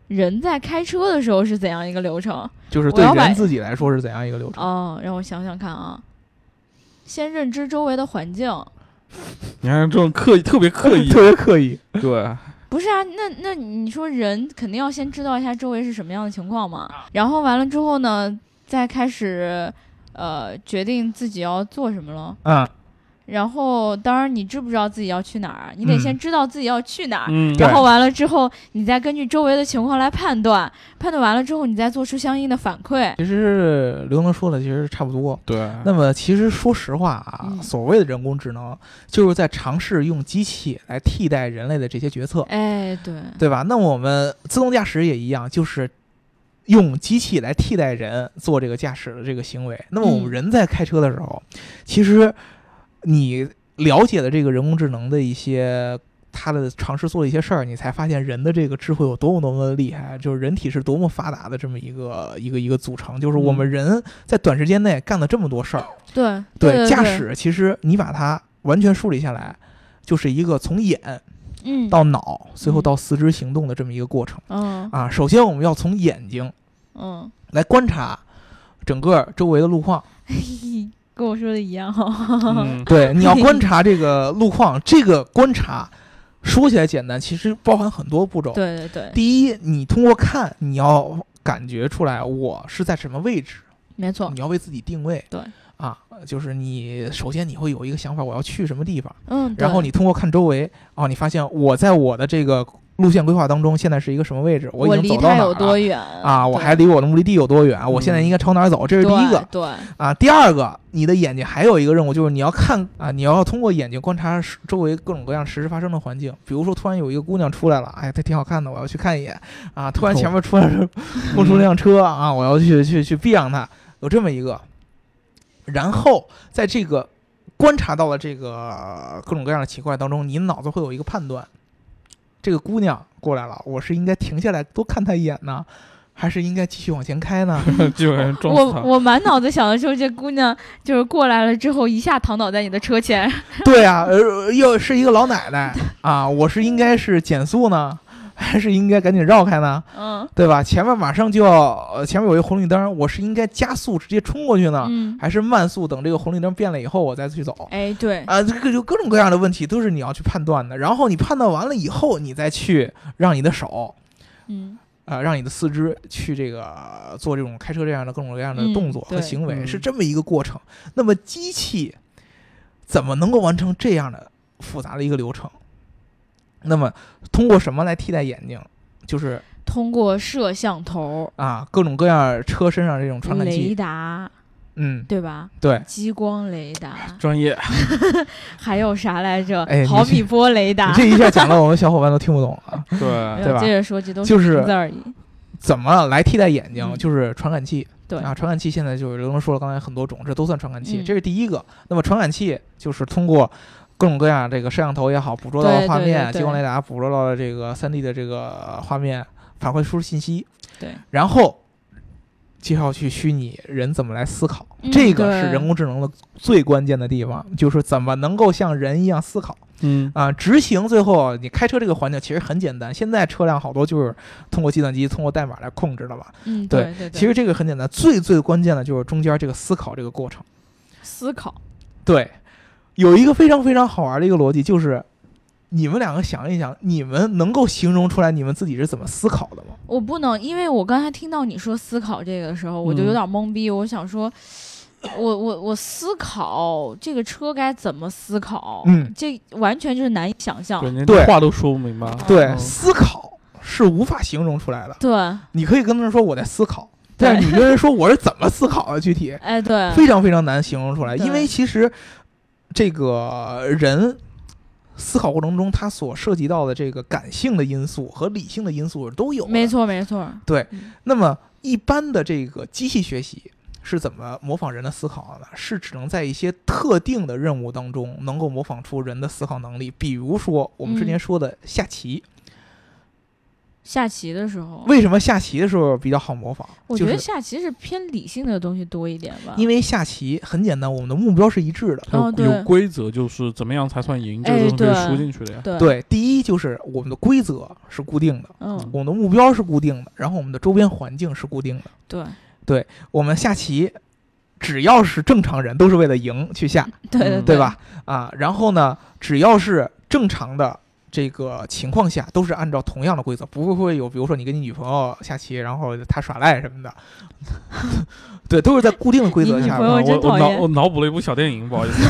Speaker 1: 人在开车的时候是怎样一个流程？
Speaker 2: 就是
Speaker 1: 我
Speaker 2: 对
Speaker 1: 要把
Speaker 2: 人自己来说是怎样一个流程？
Speaker 1: 哦，让我想想看啊，先认知周围的环境，
Speaker 3: 你看这种刻意，特别刻意
Speaker 2: 特，别刻意，
Speaker 3: [laughs] 对，
Speaker 1: 不是啊，那那你说人肯定要先知道一下周围是什么样的情况嘛，
Speaker 2: 啊
Speaker 1: 然后完了之后呢，再开始呃决定自己要做什么了。
Speaker 2: 嗯，
Speaker 1: 然后当然你知不知道自己要去哪儿，你得
Speaker 2: 嗯
Speaker 1: 先知道自己要去哪儿，
Speaker 3: 嗯，
Speaker 2: 对
Speaker 1: 然后完了之后你再根据周围的情况来判断，判断完了之后你再做出相应的反馈。
Speaker 2: 其实刘能说的其实差不多。
Speaker 3: 对，
Speaker 2: 那么其实说实话啊，
Speaker 1: 嗯
Speaker 2: 所谓的人工智能，就是在尝试用机器来替代人类的这些决策，
Speaker 1: 哎，对，
Speaker 2: 对吧？那我们自动驾驶也一样，就是。用机器来替代人做这个驾驶的这个行为，那么我们
Speaker 1: 嗯
Speaker 2: 人在开车的时候，其实你了解了这个人工智能的一些它的尝试做的一些事儿，你才发现人的这个智慧有多么多么的厉害，就是人体是多么发达的这么一个一个一个组成，就是我
Speaker 1: 嗯
Speaker 2: 们人在短时间内干了这么多事儿，
Speaker 1: 对，对，
Speaker 2: 驾，驶其实你把它完全梳理下来，就是一个从眼
Speaker 1: 嗯，
Speaker 2: 到脑，最
Speaker 1: 嗯
Speaker 2: 后到四肢行动的这么一个过程
Speaker 1: 嗯
Speaker 2: 啊。首先，我们要从眼睛
Speaker 1: 嗯， [laughs]
Speaker 2: 来观察整个周围的路况，
Speaker 1: 跟我说的一样、
Speaker 3: 嗯， [laughs]
Speaker 2: 对，你要观察这个路况，这个观察说起来简单，其实包含很多步骤。
Speaker 1: [laughs] 对对对，
Speaker 2: 第一，你通过看，你要感觉出来我是在什么位置，
Speaker 1: 没错，
Speaker 2: 你要为自己定位。
Speaker 1: 哦对。
Speaker 2: 啊，就是你首先你会有一个想法，我要去什么地方。
Speaker 1: 嗯，
Speaker 2: 然后
Speaker 1: 对
Speaker 2: 你通过看周围，哦，你发现我在我的这个路线规划当中，现在是一个什么位置，
Speaker 1: 我
Speaker 2: 已经
Speaker 1: 离
Speaker 2: 走到
Speaker 1: 它
Speaker 2: 哪
Speaker 1: 有
Speaker 2: 儿
Speaker 1: 多
Speaker 2: 了
Speaker 1: 远
Speaker 2: 啊？我
Speaker 1: 对
Speaker 2: 还离我的目的地有多远？啊我现在
Speaker 3: 嗯
Speaker 2: 应该朝哪儿走？这是第一个
Speaker 1: 对，对
Speaker 2: 啊。第二个，你的眼睛还有一个任务，就是你要看啊，你要通过眼睛观察时周围各种各样实时发生的环境。比如说，突然有一个姑娘出来了，哎，她挺好看的，我要去看一眼啊。突然前面出来是蹦出辆车啊，我要去去去避让它，有这么一个。然后在这个观察到了这个呃各种各样的奇怪当中，你脑子会有一个判断：这个姑娘过来了，我是应该停下来多看她一眼呢，还是应该继续往前开呢？
Speaker 3: 就有人撞死
Speaker 1: 我
Speaker 3: 他。
Speaker 1: 我满脑子想的时候，这姑娘就是过来了之后，一下躺倒在你的车
Speaker 2: [laughs]
Speaker 1: 前， [laughs]
Speaker 2: 对啊，呃，又是一个老奶奶啊，我是应该是减速呢， [laughs] 还是应该赶紧绕开呢？
Speaker 1: 嗯
Speaker 2: 对吧？前面马上就要，呃前面有一红绿灯，我是应该加速直接冲过去呢，
Speaker 1: 嗯，
Speaker 2: 还是慢速等这个红绿灯变了以后我再去走？
Speaker 1: 哎，对，
Speaker 2: 啊，这个就各种各样的问题都是你要去判断的。然后你判断完了以后，你再去让你的手，
Speaker 1: 嗯，
Speaker 2: 啊，让你的四肢去这个呃做这种开车这样的各种各样的
Speaker 1: 嗯
Speaker 2: 动作和
Speaker 1: 对
Speaker 2: 行为，
Speaker 3: 嗯
Speaker 2: 是这么一个过程。那么机器怎么能够完成这样的复杂的一个流程？那么通过什么来替代眼睛？就是
Speaker 1: 通过摄像头、
Speaker 2: 啊，各种各样车身上这种传感
Speaker 1: 雷
Speaker 2: 器，
Speaker 1: 达，
Speaker 2: 嗯，
Speaker 1: 对吧？
Speaker 2: 对，
Speaker 1: 激光雷达，
Speaker 3: 专业，
Speaker 1: 还有啥来着
Speaker 2: 哎？你
Speaker 1: 毫
Speaker 2: 这
Speaker 1: 米波雷达
Speaker 2: 你。这一下
Speaker 1: [laughs]
Speaker 2: 讲的我们小伙伴都听不懂啊。
Speaker 1: 没
Speaker 3: 对，
Speaker 1: 有
Speaker 2: 对吧
Speaker 1: 接着说，这都
Speaker 2: 就是是
Speaker 1: 名字而已。
Speaker 2: 怎么来替代眼睛？
Speaker 1: 嗯
Speaker 2: 就是传感器。
Speaker 1: 对
Speaker 2: 啊，传感器现在就是刘能说了，刚才很多种，这都算传感器，
Speaker 1: 嗯
Speaker 2: 这是第一个。那么传感器就是通过各种各样这个摄像头也好，捕捉到
Speaker 1: 对
Speaker 2: 的画面，
Speaker 1: 对对对
Speaker 2: 激光雷达捕捉到了这个3 D 的这个画面，反馈出信息，
Speaker 1: 对，
Speaker 2: 然后介绍去虚拟人怎么来思考，
Speaker 1: 嗯
Speaker 2: 这个是
Speaker 1: 对
Speaker 2: 人工智能的最关键的地方，就是怎么能够像人一样思考。
Speaker 3: 嗯，
Speaker 2: 啊，执行最后你开车这个环境其实很简单，现在车辆好多就是通过计算机、通过代码来控制的嘛。
Speaker 1: 嗯，
Speaker 2: 对
Speaker 1: 对对。
Speaker 2: 其实这个很简单，最最关键的就是中间这个思考这个过程。
Speaker 1: 思考，
Speaker 2: 对，有一个非常非常好玩的一个逻辑，就是你们两个想一想，你们能够形容出来你们自己是怎么思考的吗？
Speaker 1: 我不能，因为我刚才听到你说思考这个的时候，我就
Speaker 3: 嗯
Speaker 1: 有点懵逼。我想说，我我我思考这个车该怎么思考，
Speaker 2: 嗯，
Speaker 1: 这完全就是难以想象。
Speaker 3: 对，连
Speaker 2: 对
Speaker 3: 话都说不明白。
Speaker 2: 对，
Speaker 1: 哦
Speaker 3: 嗯
Speaker 2: 思考是无法形容出来的。
Speaker 1: 对，
Speaker 2: 你可以跟他们说我在思考，但是你跟人说我是怎么思考的，啊具体
Speaker 1: 哎，对，
Speaker 2: 非常非常难形容出来，因
Speaker 1: 对
Speaker 2: 为其实这个人思考过程中，他所涉及到的这个感性的因素和理性的因素都有。
Speaker 1: 没。错，没错。
Speaker 2: 那么一般的这个机器学习是怎么模仿人的思考的呢？是只能在一些特定的任务当中能够模仿出人的思考能力，比如说我们之
Speaker 1: 嗯
Speaker 2: 前说的下棋。
Speaker 1: 下棋的时候，
Speaker 2: 为什么下棋的时候比较好模仿？
Speaker 1: 我觉
Speaker 2: 就
Speaker 1: 得
Speaker 2: 是
Speaker 1: 下棋是偏理性的东西多一点吧。
Speaker 2: 因
Speaker 1: 为
Speaker 2: 为下棋很简单，我们的目标是一致的。
Speaker 3: 它
Speaker 1: 哦
Speaker 3: 有
Speaker 1: 对
Speaker 3: 有规则，就是怎么样才算赢，这
Speaker 1: 哎
Speaker 3: 个东西
Speaker 1: 对
Speaker 3: 是输进去的呀。
Speaker 1: 对，
Speaker 2: 对，第一就是我们的规则是固定的，
Speaker 1: 嗯，
Speaker 2: 我们的目标是固定的，然后我们的周边环境是固定的。
Speaker 1: 对，
Speaker 2: 嗯我们下棋，只要是正常人，都是为了赢去下，
Speaker 1: 对对
Speaker 3: 嗯
Speaker 2: 对吧？？啊，然后呢，只要是正常的这个情况下，都是按照同样的规则，不会有比如说你跟你女朋友下棋，然后她耍赖什么的， [laughs] 对，都是在固定的规则
Speaker 1: 你女
Speaker 2: 下
Speaker 1: 朋友
Speaker 2: 面
Speaker 3: 哎
Speaker 1: 真
Speaker 3: 我
Speaker 1: 讨
Speaker 3: 我脑
Speaker 1: 厌
Speaker 3: 我脑补了一部小电影，不好意 [laughs] 思，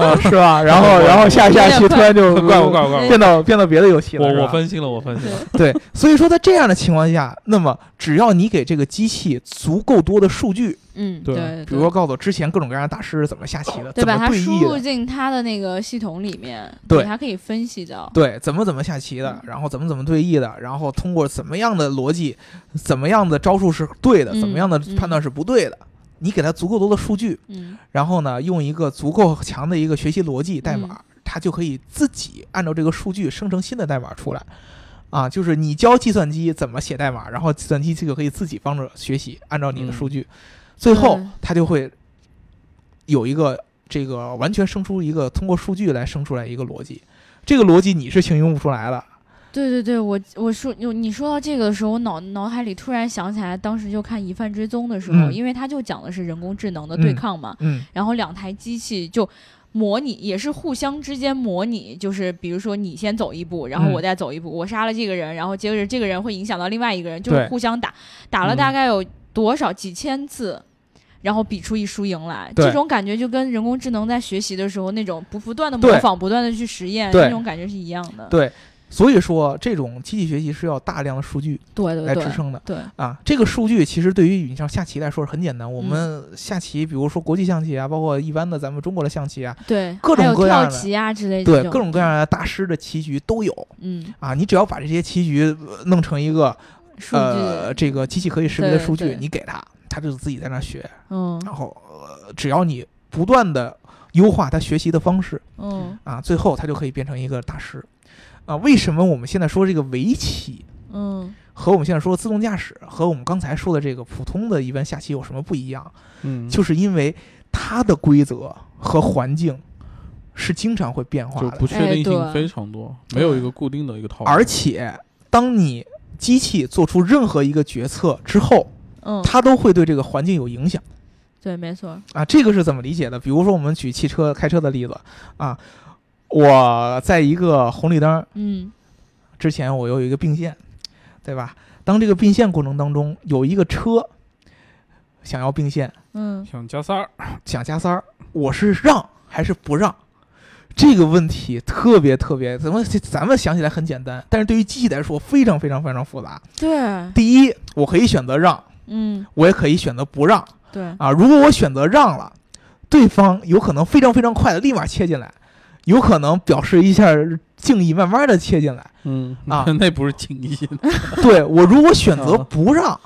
Speaker 2: 啊，是吧？然
Speaker 3: [laughs]
Speaker 2: 后然后下下棋突然就
Speaker 3: 怪我怪我怪我，
Speaker 2: 变到变到别的游戏了，是
Speaker 3: 我我
Speaker 2: 吧
Speaker 3: 分心了，我分心了。
Speaker 2: 对，所以说在这样的情况下，那么只要你给这个机器足够多的数据，
Speaker 1: 嗯，
Speaker 3: 对
Speaker 1: 对，
Speaker 2: 啊比如说告诉我之前各种各样的大师是怎么下棋的，
Speaker 1: 对，
Speaker 2: 怎
Speaker 1: 把
Speaker 2: 么
Speaker 1: 它
Speaker 2: 对
Speaker 1: 输
Speaker 2: 弈
Speaker 1: 入
Speaker 2: 的，
Speaker 1: 进它的那个系统里面，
Speaker 2: 对
Speaker 1: 你还可以分析到。
Speaker 2: 对，怎么怎么下棋
Speaker 1: 嗯
Speaker 2: 的，然后怎么怎么对弈的，然后通过怎么样的逻辑，怎么样的招数是对的，
Speaker 1: 嗯
Speaker 2: 怎么样的判断是不对的。你给它足够多的数据，
Speaker 1: 嗯，
Speaker 2: 然后呢，用一个足够强的一个学习逻辑代码，它就可以自己按照这个数据生成新的代码出来。啊，就是你教计算机怎么写代码，然后计算机就可以自己帮着学习，按照你的
Speaker 3: 嗯
Speaker 2: 数据，最后
Speaker 1: 嗯
Speaker 2: 它就会有一个这个完全生出一个通过数据来生出来一个逻辑，这个逻辑你是形容不出来的。
Speaker 1: 对对对，我我说你你说到这个的时候，我脑脑海里突然想起来，当时就看《疑犯追踪》的时候，
Speaker 2: 嗯
Speaker 1: 因为它就讲的是人工智能的对
Speaker 2: 嗯
Speaker 1: 抗嘛，
Speaker 2: 嗯
Speaker 1: 然后两台机器就。模拟也是互相之间模拟，就是比如说你先走一步，然后
Speaker 2: 嗯
Speaker 1: 我再走一步，我杀了这个人，然后接着这个人会影响到另外一个人，就
Speaker 2: 对
Speaker 1: 是互相打，打了
Speaker 3: 嗯
Speaker 1: 大概有多少几千次，然后比出一输赢来，
Speaker 2: 对
Speaker 1: 这种感觉就跟人工智能在学习的时候那种不不断的
Speaker 2: 对
Speaker 1: 模仿、不断的去实验
Speaker 2: 对
Speaker 1: 那种感觉是一样的。
Speaker 2: 对所以说这种机器学习是要大量的数据
Speaker 1: 对对
Speaker 2: 来支
Speaker 1: 对
Speaker 2: 撑的
Speaker 1: 对，
Speaker 2: 啊。这个数据其实对于你像下棋来说是很简单，我们
Speaker 1: 嗯
Speaker 2: 下棋，比如说国际象棋啊，包括一般的咱们中国的象棋啊，
Speaker 1: 对，
Speaker 2: 各
Speaker 1: 还
Speaker 2: 种
Speaker 1: 有
Speaker 2: 各样
Speaker 1: 跳
Speaker 2: 的
Speaker 1: 棋啊之类的，
Speaker 2: 对各种各，样的大师的棋局都有
Speaker 1: 嗯，
Speaker 2: 啊。你只要把这些棋局呃弄成一个
Speaker 1: 数据，
Speaker 2: 呃这个机器可以识别的
Speaker 1: 对
Speaker 2: 数据
Speaker 1: 对，
Speaker 2: 你给它，它就自己在那儿学。
Speaker 1: 嗯
Speaker 2: 然后呃，只要你不断的优化他学习的方式
Speaker 1: 嗯
Speaker 2: 啊，最后他就可以变成一个大师啊。为什么我们现在说这个围棋
Speaker 1: 嗯
Speaker 2: 和我们现在说的自动驾驶和我们刚才说的这个普通的一般下棋有什么不一样？
Speaker 3: 嗯，
Speaker 2: 就是因为它的规则和环境是经常会变化
Speaker 3: 就
Speaker 2: 的
Speaker 3: 不，确定
Speaker 1: 哎对
Speaker 3: 性非常多，没有一个固定的一个套路。
Speaker 2: 而且当你机器做出任何一个决策之后，
Speaker 1: 嗯，
Speaker 2: 它都会对这个环境有影响。
Speaker 1: 对，没错，
Speaker 2: 啊，这个是怎么理解的？比如说，我们举汽车开车的例子啊，我在一个红绿灯
Speaker 1: 嗯
Speaker 2: 之前，我有一个并线，对吧？当这个并线过程当中，有一个车想要并线，
Speaker 1: 嗯，
Speaker 3: 想加塞儿，
Speaker 2: 想加塞儿，我是让还是不让？这个问题特别特别，咱们咱们想起来很简单，但是对于机器来说非常非常非常复杂。
Speaker 1: 对，
Speaker 2: 第一，我可以选择让，
Speaker 1: 嗯
Speaker 2: 我也可以选择不让
Speaker 1: 对，
Speaker 2: 啊。如果我选择让了，对方有可能非常非常快的立马切进来，有可能表示一下敬意，慢慢的切进来。
Speaker 3: 嗯
Speaker 2: 啊
Speaker 3: 那不是情谊，
Speaker 2: [laughs] 对我如果选择不让，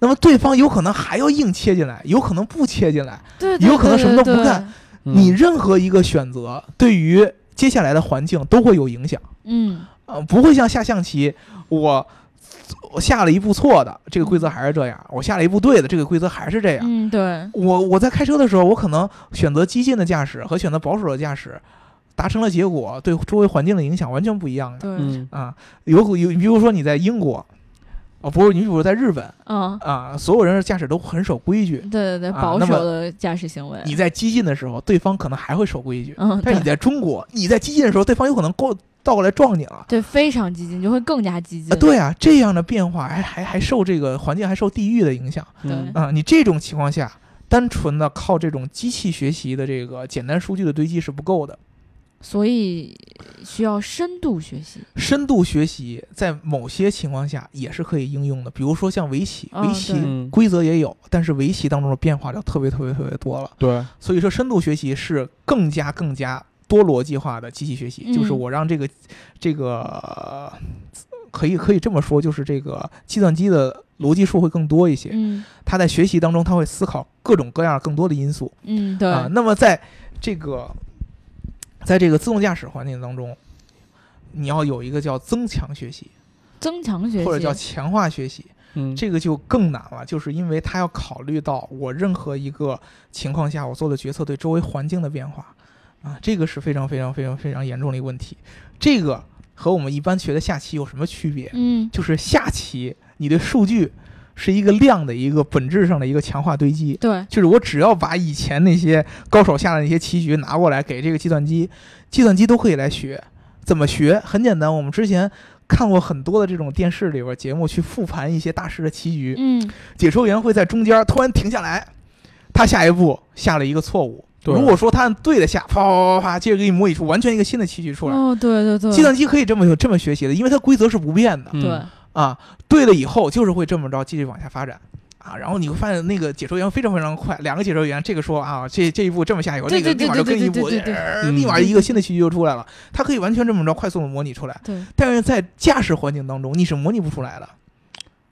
Speaker 2: 那么对方有可能还要硬切进来，有可能不切进来。
Speaker 1: 对，
Speaker 2: 有可能
Speaker 1: 对
Speaker 2: 什么都
Speaker 1: 对
Speaker 2: 不干
Speaker 1: 对
Speaker 3: 嗯
Speaker 2: 你任何一个选择，对于接下来的环境都会有影响。
Speaker 1: 嗯，
Speaker 2: 呃，不会像下象棋，我我下了一步错的，这个规则还是这样；我下了一步对的，这个规则还是这样。
Speaker 1: 嗯，对，
Speaker 2: 我我在开车的时候，我可能选择激进的驾驶和选择保守的驾驶，达成了结果对周围环境的影响完全不一样的
Speaker 1: 对，嗯，
Speaker 3: 嗯，
Speaker 2: 啊。有有，比如说你在英国，哦，不是，你比如在日本啊，所有人的驾驶都很守规矩。
Speaker 1: 对嗯对对，
Speaker 2: 啊
Speaker 1: 保
Speaker 2: 那么
Speaker 1: 守的驾驶行为，
Speaker 2: 你在激进的时候，对方可能还会守规矩， [laughs]
Speaker 1: 嗯，
Speaker 2: 但是你
Speaker 1: 对
Speaker 2: 在中国，你在激进的时候，对方有可能过倒过来撞你了。
Speaker 1: 对非常激进，就会更加激进
Speaker 2: 啊，，对啊，这样的变化还还还受这个环境还受地域的影响
Speaker 1: 对
Speaker 3: 嗯
Speaker 2: 啊！你这种情况下，单纯的靠这种机器学习的这个简单数据的堆积是不够的，
Speaker 1: 所以需要深度学习，
Speaker 2: 深度学习在某些情况下也是可以应用的，比如说像围棋，
Speaker 1: 嗯
Speaker 2: 围棋
Speaker 3: 嗯，
Speaker 2: 规则也有，但是围棋当中的变化就特别特别特别多
Speaker 1: 嗯
Speaker 2: 了。
Speaker 3: 对，
Speaker 2: 所以说，深度学习是更加更加多逻辑化的机器学习，
Speaker 1: 嗯
Speaker 2: 就是我让这个这个呃可以可以这么说，就是这个计算机的逻辑数会更多一些。
Speaker 1: 嗯
Speaker 2: 它在学习当中，它会思考各种各样更多的因素
Speaker 1: 嗯，对，
Speaker 2: 啊。那么在这个在这个自动驾驶环境当中，你要有一个叫增强学习，
Speaker 1: 增强学习，
Speaker 2: 或者叫强化学习，
Speaker 3: 嗯，
Speaker 2: 这个就更难了，就是因为它要考虑到我任何一个情况下我做的决策对周围环境的变化，啊，这个是非常非常非常非常严重的一个问题。这个和我们一般学的下棋有什么区别？
Speaker 1: 嗯，
Speaker 2: 就是下棋你对数据是一个量的一个本质上的一个强化堆积。
Speaker 1: 对，
Speaker 2: 就是我只要把以前那些高手下的那些棋局拿过来给这个计算机，计算机都可以来学。怎么学？很简单，我们之前看过很多的这种电视里边节目去复盘一些大师的棋局，
Speaker 1: 嗯，
Speaker 2: 解说员会在中间突然停下来，他下一步下了一个错误。
Speaker 3: 对
Speaker 2: 如果说他按对的下，啪啪啪啪啪，接着给你模拟出完全一个新的棋局出来。
Speaker 1: 哦，对对对，
Speaker 2: 计算机可以这么这么学习的，因为它规则是不变的
Speaker 3: 嗯
Speaker 1: 对，
Speaker 2: 啊。对了以后就是会这么着继续往下发展啊。然后你会发现那个解说员非常非常快，两个解说员这个说啊，这这一步这么下一步，
Speaker 1: 对
Speaker 2: 这个
Speaker 1: 对
Speaker 2: 立马就
Speaker 1: 对
Speaker 2: 跟一
Speaker 1: 对
Speaker 2: 步，
Speaker 1: 对对对对
Speaker 2: 呃
Speaker 3: 嗯
Speaker 2: 立马一个新的棋局就出来了。它可以完全这么着快速的模拟出来。
Speaker 1: 对，
Speaker 2: 但是在驾驶环境当中，你是模拟不出来的。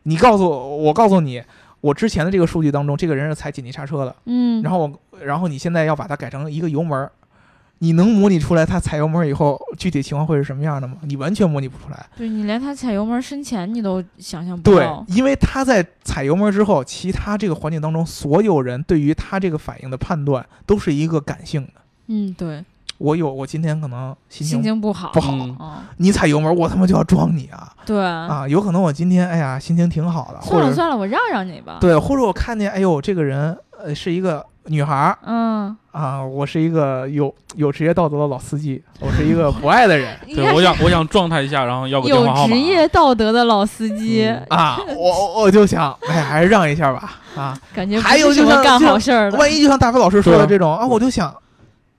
Speaker 2: 你告诉我，我告诉你，我之前的这个数据当中，这个人是踩紧急刹车的，
Speaker 1: 嗯，
Speaker 2: 然
Speaker 1: 后
Speaker 2: 后我，然后你现在要把它改成一个油门儿，你能模拟出来他踩油门儿以后具体情况会是什么样的吗？你完全模拟不出来。
Speaker 1: 对你连他踩油门深浅你都想象不
Speaker 2: 对
Speaker 1: 到，，
Speaker 2: 因为他在踩油门儿之后，其他这个环境当中，所有人对于他这个反应的判断都是一个感性的。
Speaker 1: 嗯，对，
Speaker 2: 我有，我今天可能心
Speaker 1: 心
Speaker 2: 情，
Speaker 1: 情不好，
Speaker 2: 不好
Speaker 3: 嗯
Speaker 1: 哦，
Speaker 2: 你踩油门儿，我他妈就要撞你啊！
Speaker 1: 对，
Speaker 2: 啊，有可能我今天哎呀心情挺好的，或
Speaker 1: 算
Speaker 2: 者
Speaker 1: 了
Speaker 2: 是
Speaker 1: 算了，我让让你吧，，
Speaker 2: 对，或者我看见，哎呦，这个人呃是一个女孩儿
Speaker 1: 嗯，
Speaker 2: 啊，我是一个有有职业道德的老司机，我是一个不爱的人
Speaker 1: 应
Speaker 3: 对
Speaker 1: 该，
Speaker 3: 我
Speaker 1: 是
Speaker 3: 想我想撞他一下，然后要个电话
Speaker 1: 有
Speaker 3: 号码。啊
Speaker 1: 职业道德的老司机，
Speaker 3: 嗯
Speaker 2: 啊，我我我就想，哎，还是让一下吧啊，
Speaker 1: 感觉不
Speaker 2: 还有
Speaker 1: 是什
Speaker 2: 就
Speaker 1: 么
Speaker 2: 像
Speaker 1: 干
Speaker 2: 就
Speaker 1: 好事儿的，
Speaker 2: 万一就像大飞老师说
Speaker 3: 对
Speaker 2: 的
Speaker 3: 啊
Speaker 2: 这种啊，我就想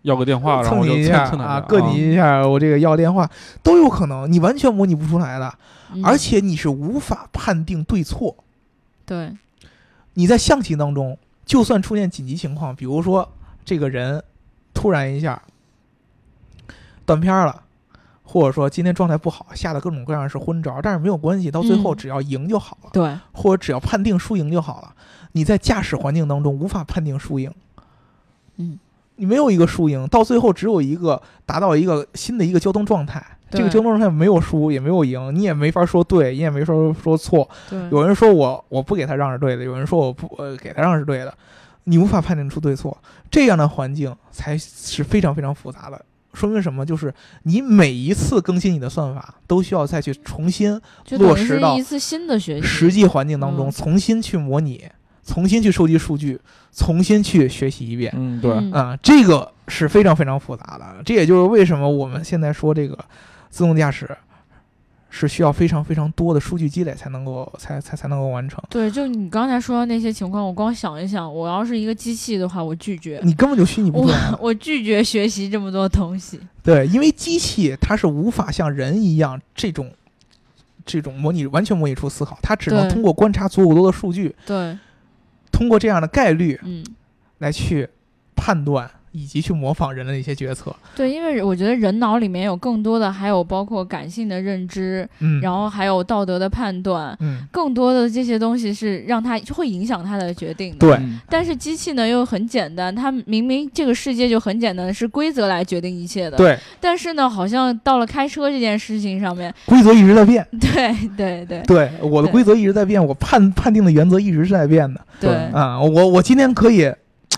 Speaker 3: 要个电话，然后
Speaker 2: 蹭
Speaker 3: 我就
Speaker 2: 你一
Speaker 3: 蹭
Speaker 2: 下
Speaker 3: 蹭他
Speaker 2: 啊，硌你一下，我这个要电话都有可能，你完全模拟不出来的，
Speaker 1: 嗯
Speaker 2: 而且你是无法判定对错，
Speaker 1: 对，
Speaker 2: 你在象棋当中，就算出现紧急情况，比如说这个人突然一下断片儿了，或者说今天状态不好，下的各种各样的是昏招，但是没有关系，到最后
Speaker 1: 嗯
Speaker 2: 只要赢就好了，
Speaker 1: 对，
Speaker 2: 或者只要判定输赢就好了。你在驾驶环境当中无法判定输赢，
Speaker 1: 嗯，
Speaker 2: 你没有一个输赢，到最后只有一个达到一个新的一个交通状态。这
Speaker 1: 对
Speaker 2: 个交通状态没有输也没有赢，你也没法说对，你也没法说错，
Speaker 1: 对，
Speaker 2: 有人说我我不给他让是对的，有人说我不呃给他让是对的，你无法判定出对错，这样的环境才是非常非常复杂的。说明什么？就是你每一次更新你的算法，都需要再去重新
Speaker 1: 就等
Speaker 2: 落
Speaker 1: 于
Speaker 2: 实
Speaker 1: 是
Speaker 2: 到
Speaker 1: 一次新的学习，
Speaker 2: 实际环境当中
Speaker 1: 嗯
Speaker 2: 重新去模拟，重新去收集数据，重新去学习一遍。
Speaker 3: 嗯，对，
Speaker 1: 嗯
Speaker 2: 啊、这个是非常非常复杂的。这也就是为什么我们现在说这个自动驾驶是需要非常非常多的数据积累才能够才才才能够完成。
Speaker 1: 对，就你刚才说的那些情况，我光想一想，我要是一个机器的话，我拒绝，
Speaker 2: 你根本就虚拟不出
Speaker 1: 我
Speaker 2: 来。
Speaker 1: 我拒绝学习这么多东
Speaker 2: [laughs]
Speaker 1: 西。
Speaker 2: 对，因为机器它是无法像人一样这种这种模拟完全模拟出思考，它只能
Speaker 1: 对
Speaker 2: 通过观察足够多的数据，
Speaker 1: 对，
Speaker 2: 通过这样的概率 [laughs]
Speaker 1: 嗯，
Speaker 2: 来去判断以及去模仿人的一些决策。
Speaker 1: 对，因为我觉得人脑里面有更多的，还有包括感性的认知，
Speaker 2: 嗯，
Speaker 1: 然后还有道德的判断，
Speaker 2: 嗯，
Speaker 1: 更多的这些东西是让他会影响他的决定的。
Speaker 2: 对
Speaker 3: 嗯
Speaker 1: 但是机器呢又很简单，它明明这个世界就很简单，是规则来决定一切的。
Speaker 2: 对，
Speaker 1: 但是呢，好像到了开车这件事情上面， [laughs]
Speaker 2: 规则一直在变。
Speaker 1: 对对对
Speaker 2: 对，我的
Speaker 1: 对
Speaker 2: 规则一直在变，我判判定的原则一直是在变的
Speaker 1: 对
Speaker 2: 啊、我我今天可以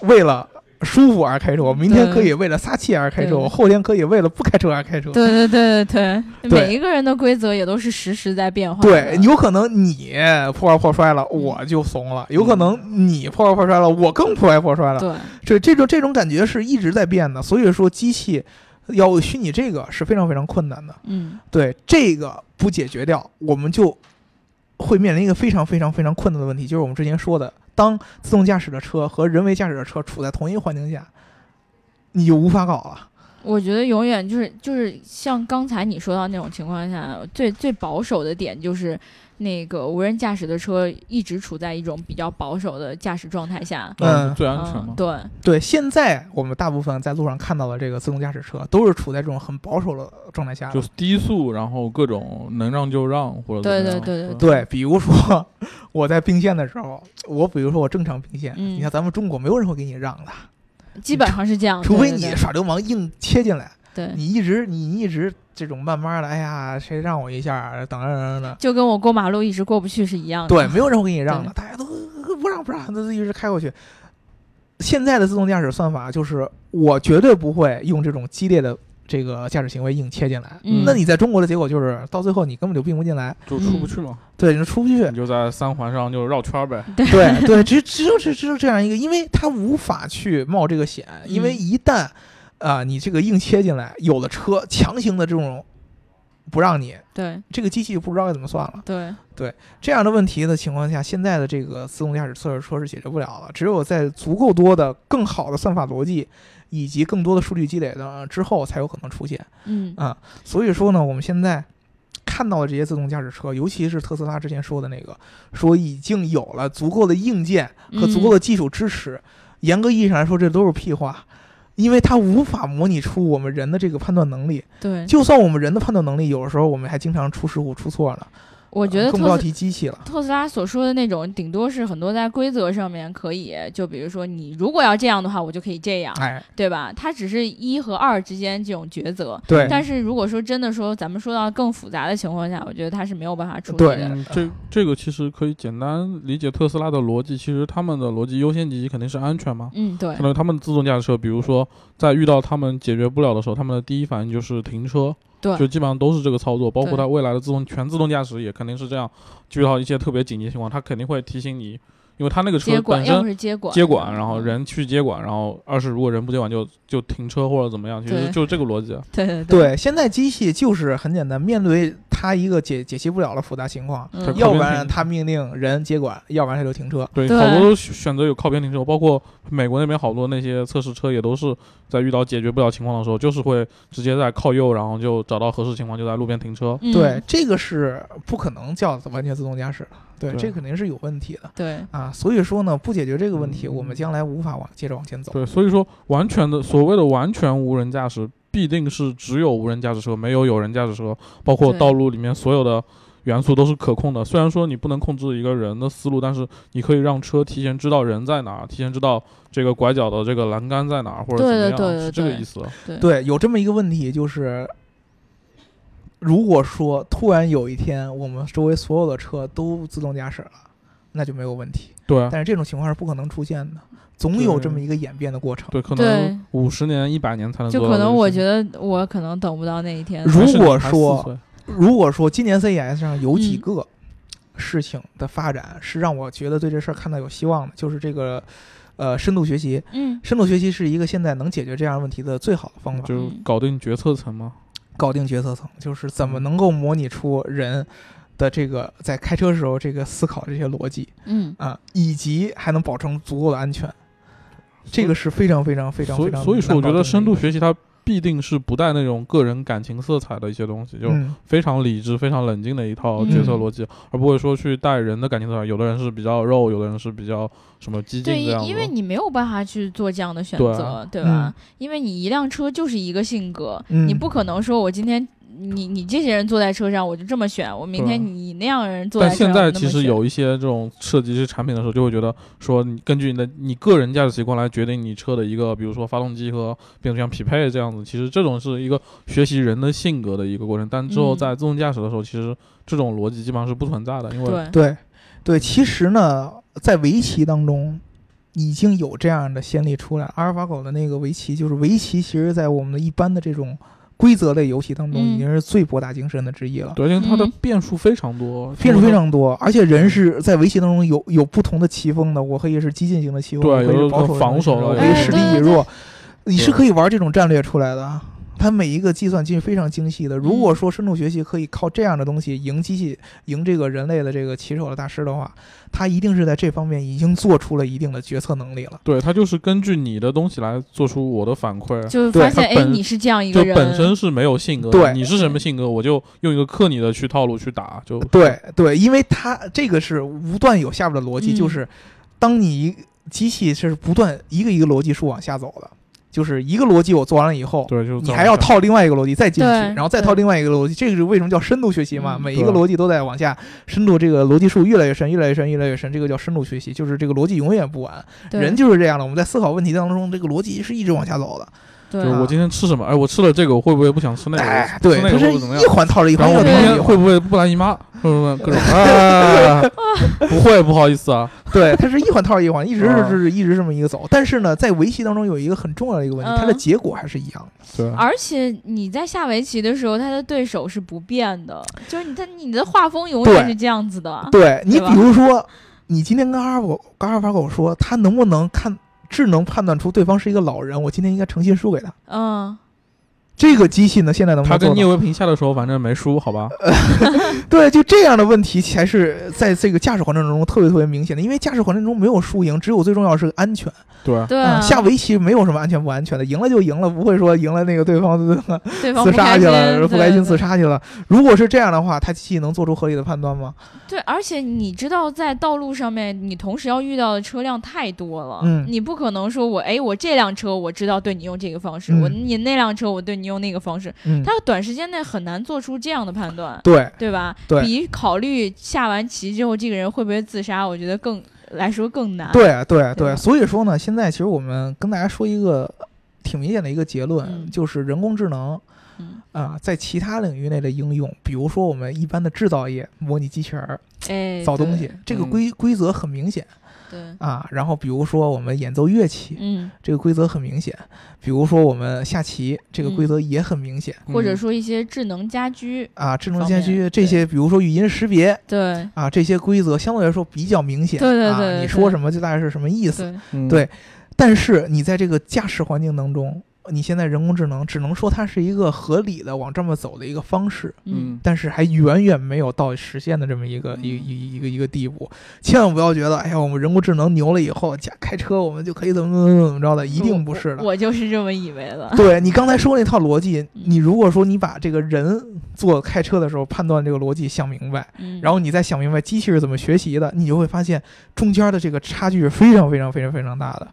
Speaker 2: 为了舒服而开车，我明天
Speaker 1: 对
Speaker 2: 可以为了撒气而开车，
Speaker 1: 对
Speaker 2: 我后天可以为了不开车而开车。
Speaker 1: 对对对对对，
Speaker 2: 对
Speaker 1: 每一个人的规则也都是实时在变化的。
Speaker 2: 对，有可能你破罐破摔了，
Speaker 1: 嗯
Speaker 2: 我就怂了；有可能你破罐破摔了，我更破罐破摔了。
Speaker 1: 对
Speaker 2: 这这种这种感觉是一直在变的，所以说机器要虚拟这个是非常非常困难的。
Speaker 1: 嗯
Speaker 2: 对这个不解决掉，我们就会面临一个非常非常非常困难的问题，就是我们之前说的，当自动驾驶的车和人为驾驶的车处在同一环境下，你就无法搞了。，
Speaker 1: 我觉得永远就是就是像刚才你说到那种情况下，最最保守的点就是那个无人驾驶的车一直处在一种比较保守的驾驶状态下。
Speaker 2: 嗯
Speaker 3: 最安全
Speaker 1: 嗯
Speaker 3: 嘛，。
Speaker 1: 对，
Speaker 2: 对，现在我们大部分在路上看到的这个自动驾驶车，都是处在这种很保守的状态下的
Speaker 3: 就是低速，然后各种能让就让，或者怎么
Speaker 1: 对对
Speaker 3: 样
Speaker 1: 对对
Speaker 3: 吧
Speaker 2: 对，比如说 [laughs] 我在并线的时候，我比如说我正常并线，
Speaker 1: 嗯
Speaker 2: 你像咱们中国没有人会给你让的，
Speaker 1: 基本上是这样。
Speaker 2: 除非
Speaker 1: 哦对
Speaker 2: 你耍流氓硬切进来，
Speaker 1: 对对对，
Speaker 2: 你一直你一直这种慢慢的，哎呀，谁让我一下，等等等等等，
Speaker 1: 就跟我过马路一直过不去是一样的。
Speaker 2: 对，没有人会给你让的
Speaker 1: 对，
Speaker 2: 大家都呃不让不让，那就一直开过去。现在的自动驾驶算法就是，我绝对不会用这种激烈的这个驾驶行为硬切进来。
Speaker 1: 嗯
Speaker 2: 那你在中国的结果就是，到最后你根本就并不进来，
Speaker 3: 就出不去嘛，
Speaker 2: 嗯对，你就出不去
Speaker 3: 你。就在三环上就绕圈儿呗。
Speaker 2: 对对，只只有只只有这样一个，因为它无法去冒这个险，因为
Speaker 1: 嗯
Speaker 2: 一旦啊、你这个硬切进来，有的车强行的这种不让你，
Speaker 1: 对
Speaker 2: 这个机器就不知道该怎么算了。
Speaker 1: 对，
Speaker 2: 这样的问题的情况下，现在的这个自动驾驶测试车是解决不了了。只有在足够多的、更好的算法逻辑以及更多的数据积累的呃之后，才有可能出现。
Speaker 1: 嗯
Speaker 2: 所以说呢，我们现在看到的这些自动驾驶车，尤其是特斯拉之前说的那个，说已经有了足够的硬件和足够的技术支持。严格意义上来说，这都是屁话，因为它无法模拟出我们人的这个判断能力。
Speaker 1: 对，
Speaker 2: 就算我们人的判断能力，有时候我们还经常出失误、出错呢。
Speaker 1: 我觉得
Speaker 2: 更不要
Speaker 1: 特斯
Speaker 2: 提机器了。
Speaker 1: 特斯拉所说的那种，顶多是很多在规则上面可以，就比如说你如果要这样的话，我就可以这样，
Speaker 2: 哎，
Speaker 1: 对吧？它只是一和二之间这种抉择。
Speaker 2: 对
Speaker 1: 但是如果说真的说咱们说到更复杂的情况下，我觉得它是没有办法处理
Speaker 2: 对
Speaker 1: 的。
Speaker 3: 嗯，这这个其实可以简单理解特斯拉的逻辑，其实他们的逻辑优先级肯定是安全嘛。
Speaker 1: 嗯，对
Speaker 3: 可，能他们自动驾驶车，比如说在遇到他们解决不了的时候，他们的第一反应就是停车，
Speaker 1: 对
Speaker 3: 就基本上都是这个操作，包括
Speaker 1: 对
Speaker 3: 它未来的自动全自动驾驶也肯定是这样，遇到一些特别紧急情况，它肯定会提醒你，因为它那个
Speaker 1: 接
Speaker 3: 车
Speaker 1: 管
Speaker 3: 本
Speaker 1: 要么
Speaker 3: 身
Speaker 1: 是接管，
Speaker 3: 接管，然后
Speaker 1: 嗯
Speaker 3: 人去接管，然后二是如果人不接管就就停车或者怎么样，其实
Speaker 1: 对
Speaker 3: 就这个逻辑。啊
Speaker 1: 对嗯对
Speaker 2: 对，现在机器就是很简单，面对它一个解解析不了的复杂情况，
Speaker 1: 嗯
Speaker 3: 它
Speaker 2: 要
Speaker 3: 靠
Speaker 2: 不
Speaker 3: 边
Speaker 2: 然
Speaker 3: 停
Speaker 2: 它命令人接管，要不然它就停车。
Speaker 3: 对，
Speaker 1: 对
Speaker 3: 好多选择有靠边停车，包括美国那边好多那些测试车也都是在遇到解决不了情况的时候，就是会直接在靠右，然后就找到合适情况就在路边停车。
Speaker 1: 嗯
Speaker 2: 对，这个是不可能叫完全自动驾驶的，对，
Speaker 3: 对
Speaker 2: 这肯定是有问题的
Speaker 1: 对
Speaker 2: 啊。所以说呢，不解决这个问
Speaker 1: 嗯
Speaker 2: 题，我们将来无法往接着往前走。
Speaker 3: 对，所以说完全的所谓的完全无人驾驶，必定是只有无人驾驶车，没有有人驾驶车，包括
Speaker 1: 对
Speaker 3: 道路里面所有的。元素都是可控的，虽然说你不能控制一个人的思路，但是你可以让车提前知道人在哪儿，提前知道这个拐角的这个栏杆在哪儿，或者怎
Speaker 1: 对
Speaker 3: 么样，
Speaker 1: 对对对
Speaker 3: 是这个
Speaker 1: 对
Speaker 3: 意思。
Speaker 2: 对，有这么一个问题就是。如果说突然有一天我们周围所有的车都自动驾驶了，那就没有问题。
Speaker 3: 对，
Speaker 2: 但是这种情况是不可能出现的，总有这
Speaker 3: 对
Speaker 2: 么一个演变的过程。
Speaker 3: 对，可
Speaker 1: 对
Speaker 3: 能五十年、一百年才能
Speaker 1: 就
Speaker 3: 做到
Speaker 1: 可
Speaker 3: 这个
Speaker 1: 能我
Speaker 3: 事情
Speaker 1: 觉得我可能等不到那一天。
Speaker 2: 如
Speaker 3: 还是
Speaker 2: 果
Speaker 3: 还
Speaker 2: 说
Speaker 3: 四岁
Speaker 2: 如果说今年 CES 上有几
Speaker 1: 嗯
Speaker 2: 个事情的发展是让我觉得对这事儿看到有希望的，就是这个呃深度学习。
Speaker 1: 嗯，
Speaker 2: 深度学习是一个现在能解决这样问题的最好的方法，
Speaker 1: 嗯
Speaker 3: 就搞定决策层嘛，
Speaker 2: 搞定决策层，就是怎
Speaker 3: 嗯
Speaker 2: 么能够模拟出人的这个在开车时候这个思考这些逻辑
Speaker 1: 嗯，
Speaker 2: 啊，以及还能保证足够的安全，这个是非常非常非常
Speaker 3: 所
Speaker 2: 非
Speaker 3: 以
Speaker 2: 常
Speaker 3: 所以说，我
Speaker 2: 难保
Speaker 3: 觉
Speaker 2: 证的
Speaker 3: 得深
Speaker 2: 一
Speaker 3: 度
Speaker 2: 个
Speaker 3: 学习它必定是不带那种个人感情色彩的一些东西，就
Speaker 2: 嗯
Speaker 3: 非常理智、非常冷静的一套决策
Speaker 2: 嗯
Speaker 3: 逻辑，而不会说去带人的感情色彩。有的人是比较肉，有的人是比较什么激
Speaker 1: 对，
Speaker 3: 进这样
Speaker 1: 因因为
Speaker 3: 子。
Speaker 1: 你没有办法去做这样的选
Speaker 3: 对啊
Speaker 1: 择，对
Speaker 2: 嗯
Speaker 1: 吧？因为你一辆车就是一个性格，
Speaker 2: 嗯
Speaker 1: 你不可能说我今天你你这些人坐在车上我就这么选，我明
Speaker 3: 对啊
Speaker 1: 天你那样人坐
Speaker 3: 但
Speaker 1: 在车上我
Speaker 3: 现
Speaker 1: 那
Speaker 3: 在
Speaker 1: 么选。
Speaker 3: 其实有一些这种设计这产品的时候，就会觉得说，你根据你的你个人驾驶习惯来决定你车的一个，比如说发动机和变速箱匹配这样子。其实这种是一个学习人的性格的一个过程，但之后
Speaker 1: 嗯
Speaker 3: 在自动驾驶的时候，其实这种逻辑基本上是不存在的，因为
Speaker 1: 对
Speaker 2: 对，对，其实呢，在围棋当中已经有这样的先例出来。阿尔法狗的那个围棋，就是围棋，其实在我们的一般的这种规则类游戏当
Speaker 1: 嗯
Speaker 2: 中，已经是最博大精深的之一了。
Speaker 3: 对，因为它的
Speaker 1: 嗯
Speaker 3: 变数非常多，
Speaker 2: 变数
Speaker 3: 因为
Speaker 2: 非
Speaker 3: 它
Speaker 2: 常多，而且人是在围棋当中有有不同的棋风的。我可以是激进型的棋风，
Speaker 3: 对
Speaker 2: 我可以
Speaker 3: 有
Speaker 2: 是
Speaker 3: 的
Speaker 2: 保守型的
Speaker 3: 防
Speaker 2: 棋
Speaker 3: 守
Speaker 2: 风我
Speaker 3: 了
Speaker 2: 可
Speaker 1: 有
Speaker 2: 以
Speaker 1: 的
Speaker 2: 实力
Speaker 1: 哎
Speaker 2: 以
Speaker 1: 对对
Speaker 2: 弱，你是
Speaker 3: 对
Speaker 2: 可以玩这种战略出来的。啊它每一个计算其实非常精细的。如果
Speaker 1: 嗯
Speaker 2: 说深度学习可以靠这样的东西赢机器、赢这个人类的这个棋手的大师的话，他一定是在这方面已经做出了一定的决策能力了。
Speaker 3: 对它就是根据你的东西来做出我的反馈，
Speaker 1: 就发
Speaker 2: 对
Speaker 1: 现
Speaker 3: 它
Speaker 1: 哎，
Speaker 3: 本
Speaker 1: 你是这样一
Speaker 3: 就
Speaker 1: 个人，嗯
Speaker 3: 本身是没有性格的，
Speaker 2: 对
Speaker 3: 你是什么性格，我就用一个克你的去套路去打，就
Speaker 2: 对对，因为它这个是无断有下边的逻辑，
Speaker 1: 嗯
Speaker 2: 就是当你一机器是不断一个一个逻辑数往下走的，就是一个逻辑我做完了以后，
Speaker 3: 对，就是
Speaker 2: 你还要套另外一个逻辑再进去，
Speaker 1: 对
Speaker 2: 然后再
Speaker 1: 对
Speaker 2: 套另外一个逻辑，这个是为什么叫深度学习嘛？
Speaker 1: 嗯
Speaker 2: 每一个逻辑都在往下深度，这个逻辑数越来越深，越来越深，越来越深，这个叫深度学习，就是这个逻辑永远不完。
Speaker 1: 对
Speaker 2: 人就是这样的，我们在思考问题当中，这个逻辑是一直往下走的。
Speaker 1: 对啊
Speaker 3: 就我今天吃什么？哎，我吃了这个，我会不会不想吃那个？
Speaker 2: 哎，
Speaker 3: 我
Speaker 2: 对，
Speaker 3: 吃那
Speaker 2: 它
Speaker 3: 个
Speaker 2: 是
Speaker 3: 会不会怎么
Speaker 2: 一
Speaker 3: 样？
Speaker 2: 环套着一
Speaker 3: 然
Speaker 2: 环，又
Speaker 3: 后我明
Speaker 2: 套着一
Speaker 3: 天
Speaker 2: 环
Speaker 3: 会不会不来姨妈？会不会各种？哎，不会，不好意思啊。 [laughs]
Speaker 2: 对，它是一环套着一环，一直
Speaker 3: 啊
Speaker 2: 是一直这么一个走。但是呢，在围棋当中有一个很重要的一个问题，它的
Speaker 1: 嗯
Speaker 2: 结果还是一样的。
Speaker 3: 对，
Speaker 1: 而且你在下围棋的时候，他的对手是不变的，就是你他你的画风永远
Speaker 2: 对
Speaker 1: 是这样子的。
Speaker 2: 对你
Speaker 1: 对啊吧
Speaker 2: 比如说，你今天跟阿尔法跟阿尔法狗说，他能不能看智能判断出对方是一个老人，我今天应该诚心输给他。
Speaker 1: 嗯，
Speaker 2: 这个机器呢，现在能不
Speaker 3: 他
Speaker 2: 能
Speaker 3: 跟
Speaker 2: 做
Speaker 3: 聂
Speaker 2: 到？
Speaker 3: 卫平下的时候，反正没输，好吧？
Speaker 2: 对，就这样的问题才是在这个驾驶环境中特别特别明显的，因为驾驶环境中没有输赢，只有最重要是安全。
Speaker 3: 对，
Speaker 1: 对
Speaker 2: 啊
Speaker 1: 啊，
Speaker 2: 下围棋没有什么安全不安全的，赢了就赢了，不会说赢了那个对方
Speaker 1: 对方
Speaker 2: 自杀去了，
Speaker 1: 不
Speaker 2: 不
Speaker 1: 开
Speaker 2: 开
Speaker 1: 心
Speaker 2: 心自。杀去了。如果是这样的话，他机器能做出合理的判断吗？
Speaker 1: 对对，而且你知道，在道路上面，你同时要遇到的车辆太多了，
Speaker 2: 嗯
Speaker 1: 你不可能说我哎，我这辆车我知道对你用这个方式，
Speaker 2: 嗯
Speaker 1: 我你那辆车我对你用那个方式，
Speaker 2: 嗯，
Speaker 1: 他短时间内很难做出这样的判断，
Speaker 2: 对
Speaker 1: 对吧？
Speaker 2: 对
Speaker 1: 比考虑下完棋之后这个人会不会自杀，我觉得更来说更难。
Speaker 2: 对对
Speaker 1: 对吧
Speaker 2: 对，所以说呢，现在其实我们跟大家说一个挺明显的一个结论，
Speaker 1: 嗯
Speaker 2: 就是人工智能。
Speaker 1: 嗯
Speaker 2: 啊、在其他领域内的应用，比如说我们一般的制造业，模拟机器人儿
Speaker 1: 哎，
Speaker 2: 造东西，这个
Speaker 3: 嗯
Speaker 2: 规规则很明显
Speaker 1: 对，对，
Speaker 2: 啊。然后比如说我们演奏乐器，
Speaker 1: 嗯，
Speaker 2: 这个规则很明显；比如说我们下棋，这个
Speaker 1: 嗯
Speaker 2: 规则也很明显、
Speaker 1: 或
Speaker 3: 嗯
Speaker 1: 者说一些智能家居，
Speaker 2: 啊。智能
Speaker 1: 方
Speaker 2: 家
Speaker 1: 面
Speaker 2: 居
Speaker 1: 对
Speaker 2: 这些，比如说语音识别
Speaker 1: 对
Speaker 2: 啊，这些规则相对来说比较明显。
Speaker 1: 对对对
Speaker 2: 啊，
Speaker 1: 对
Speaker 2: 你说什么就大概是什么意思。
Speaker 1: 对，
Speaker 3: 嗯
Speaker 2: 对但是你在这个驾驶环境当中，你现在人工智能只能说它是一个合理的往这么走的一个方式，
Speaker 1: 嗯，
Speaker 2: 但是还远远没有到实现的这么一个一一一个一个地步。千万不要觉得，哎呀，我们人工智能牛了以后，驾开车我们就可以怎么怎么怎么着的，一定不是的
Speaker 1: 我。嗯我就是这么以为的。
Speaker 2: 对你刚才说那套逻辑，你如果说你把这个人做开车的时候判断这个逻辑想明白，
Speaker 1: 嗯，
Speaker 2: 然后你再想明白机器是怎么学习的，你就会发现中间的这个差距是非常非常非常非常大的。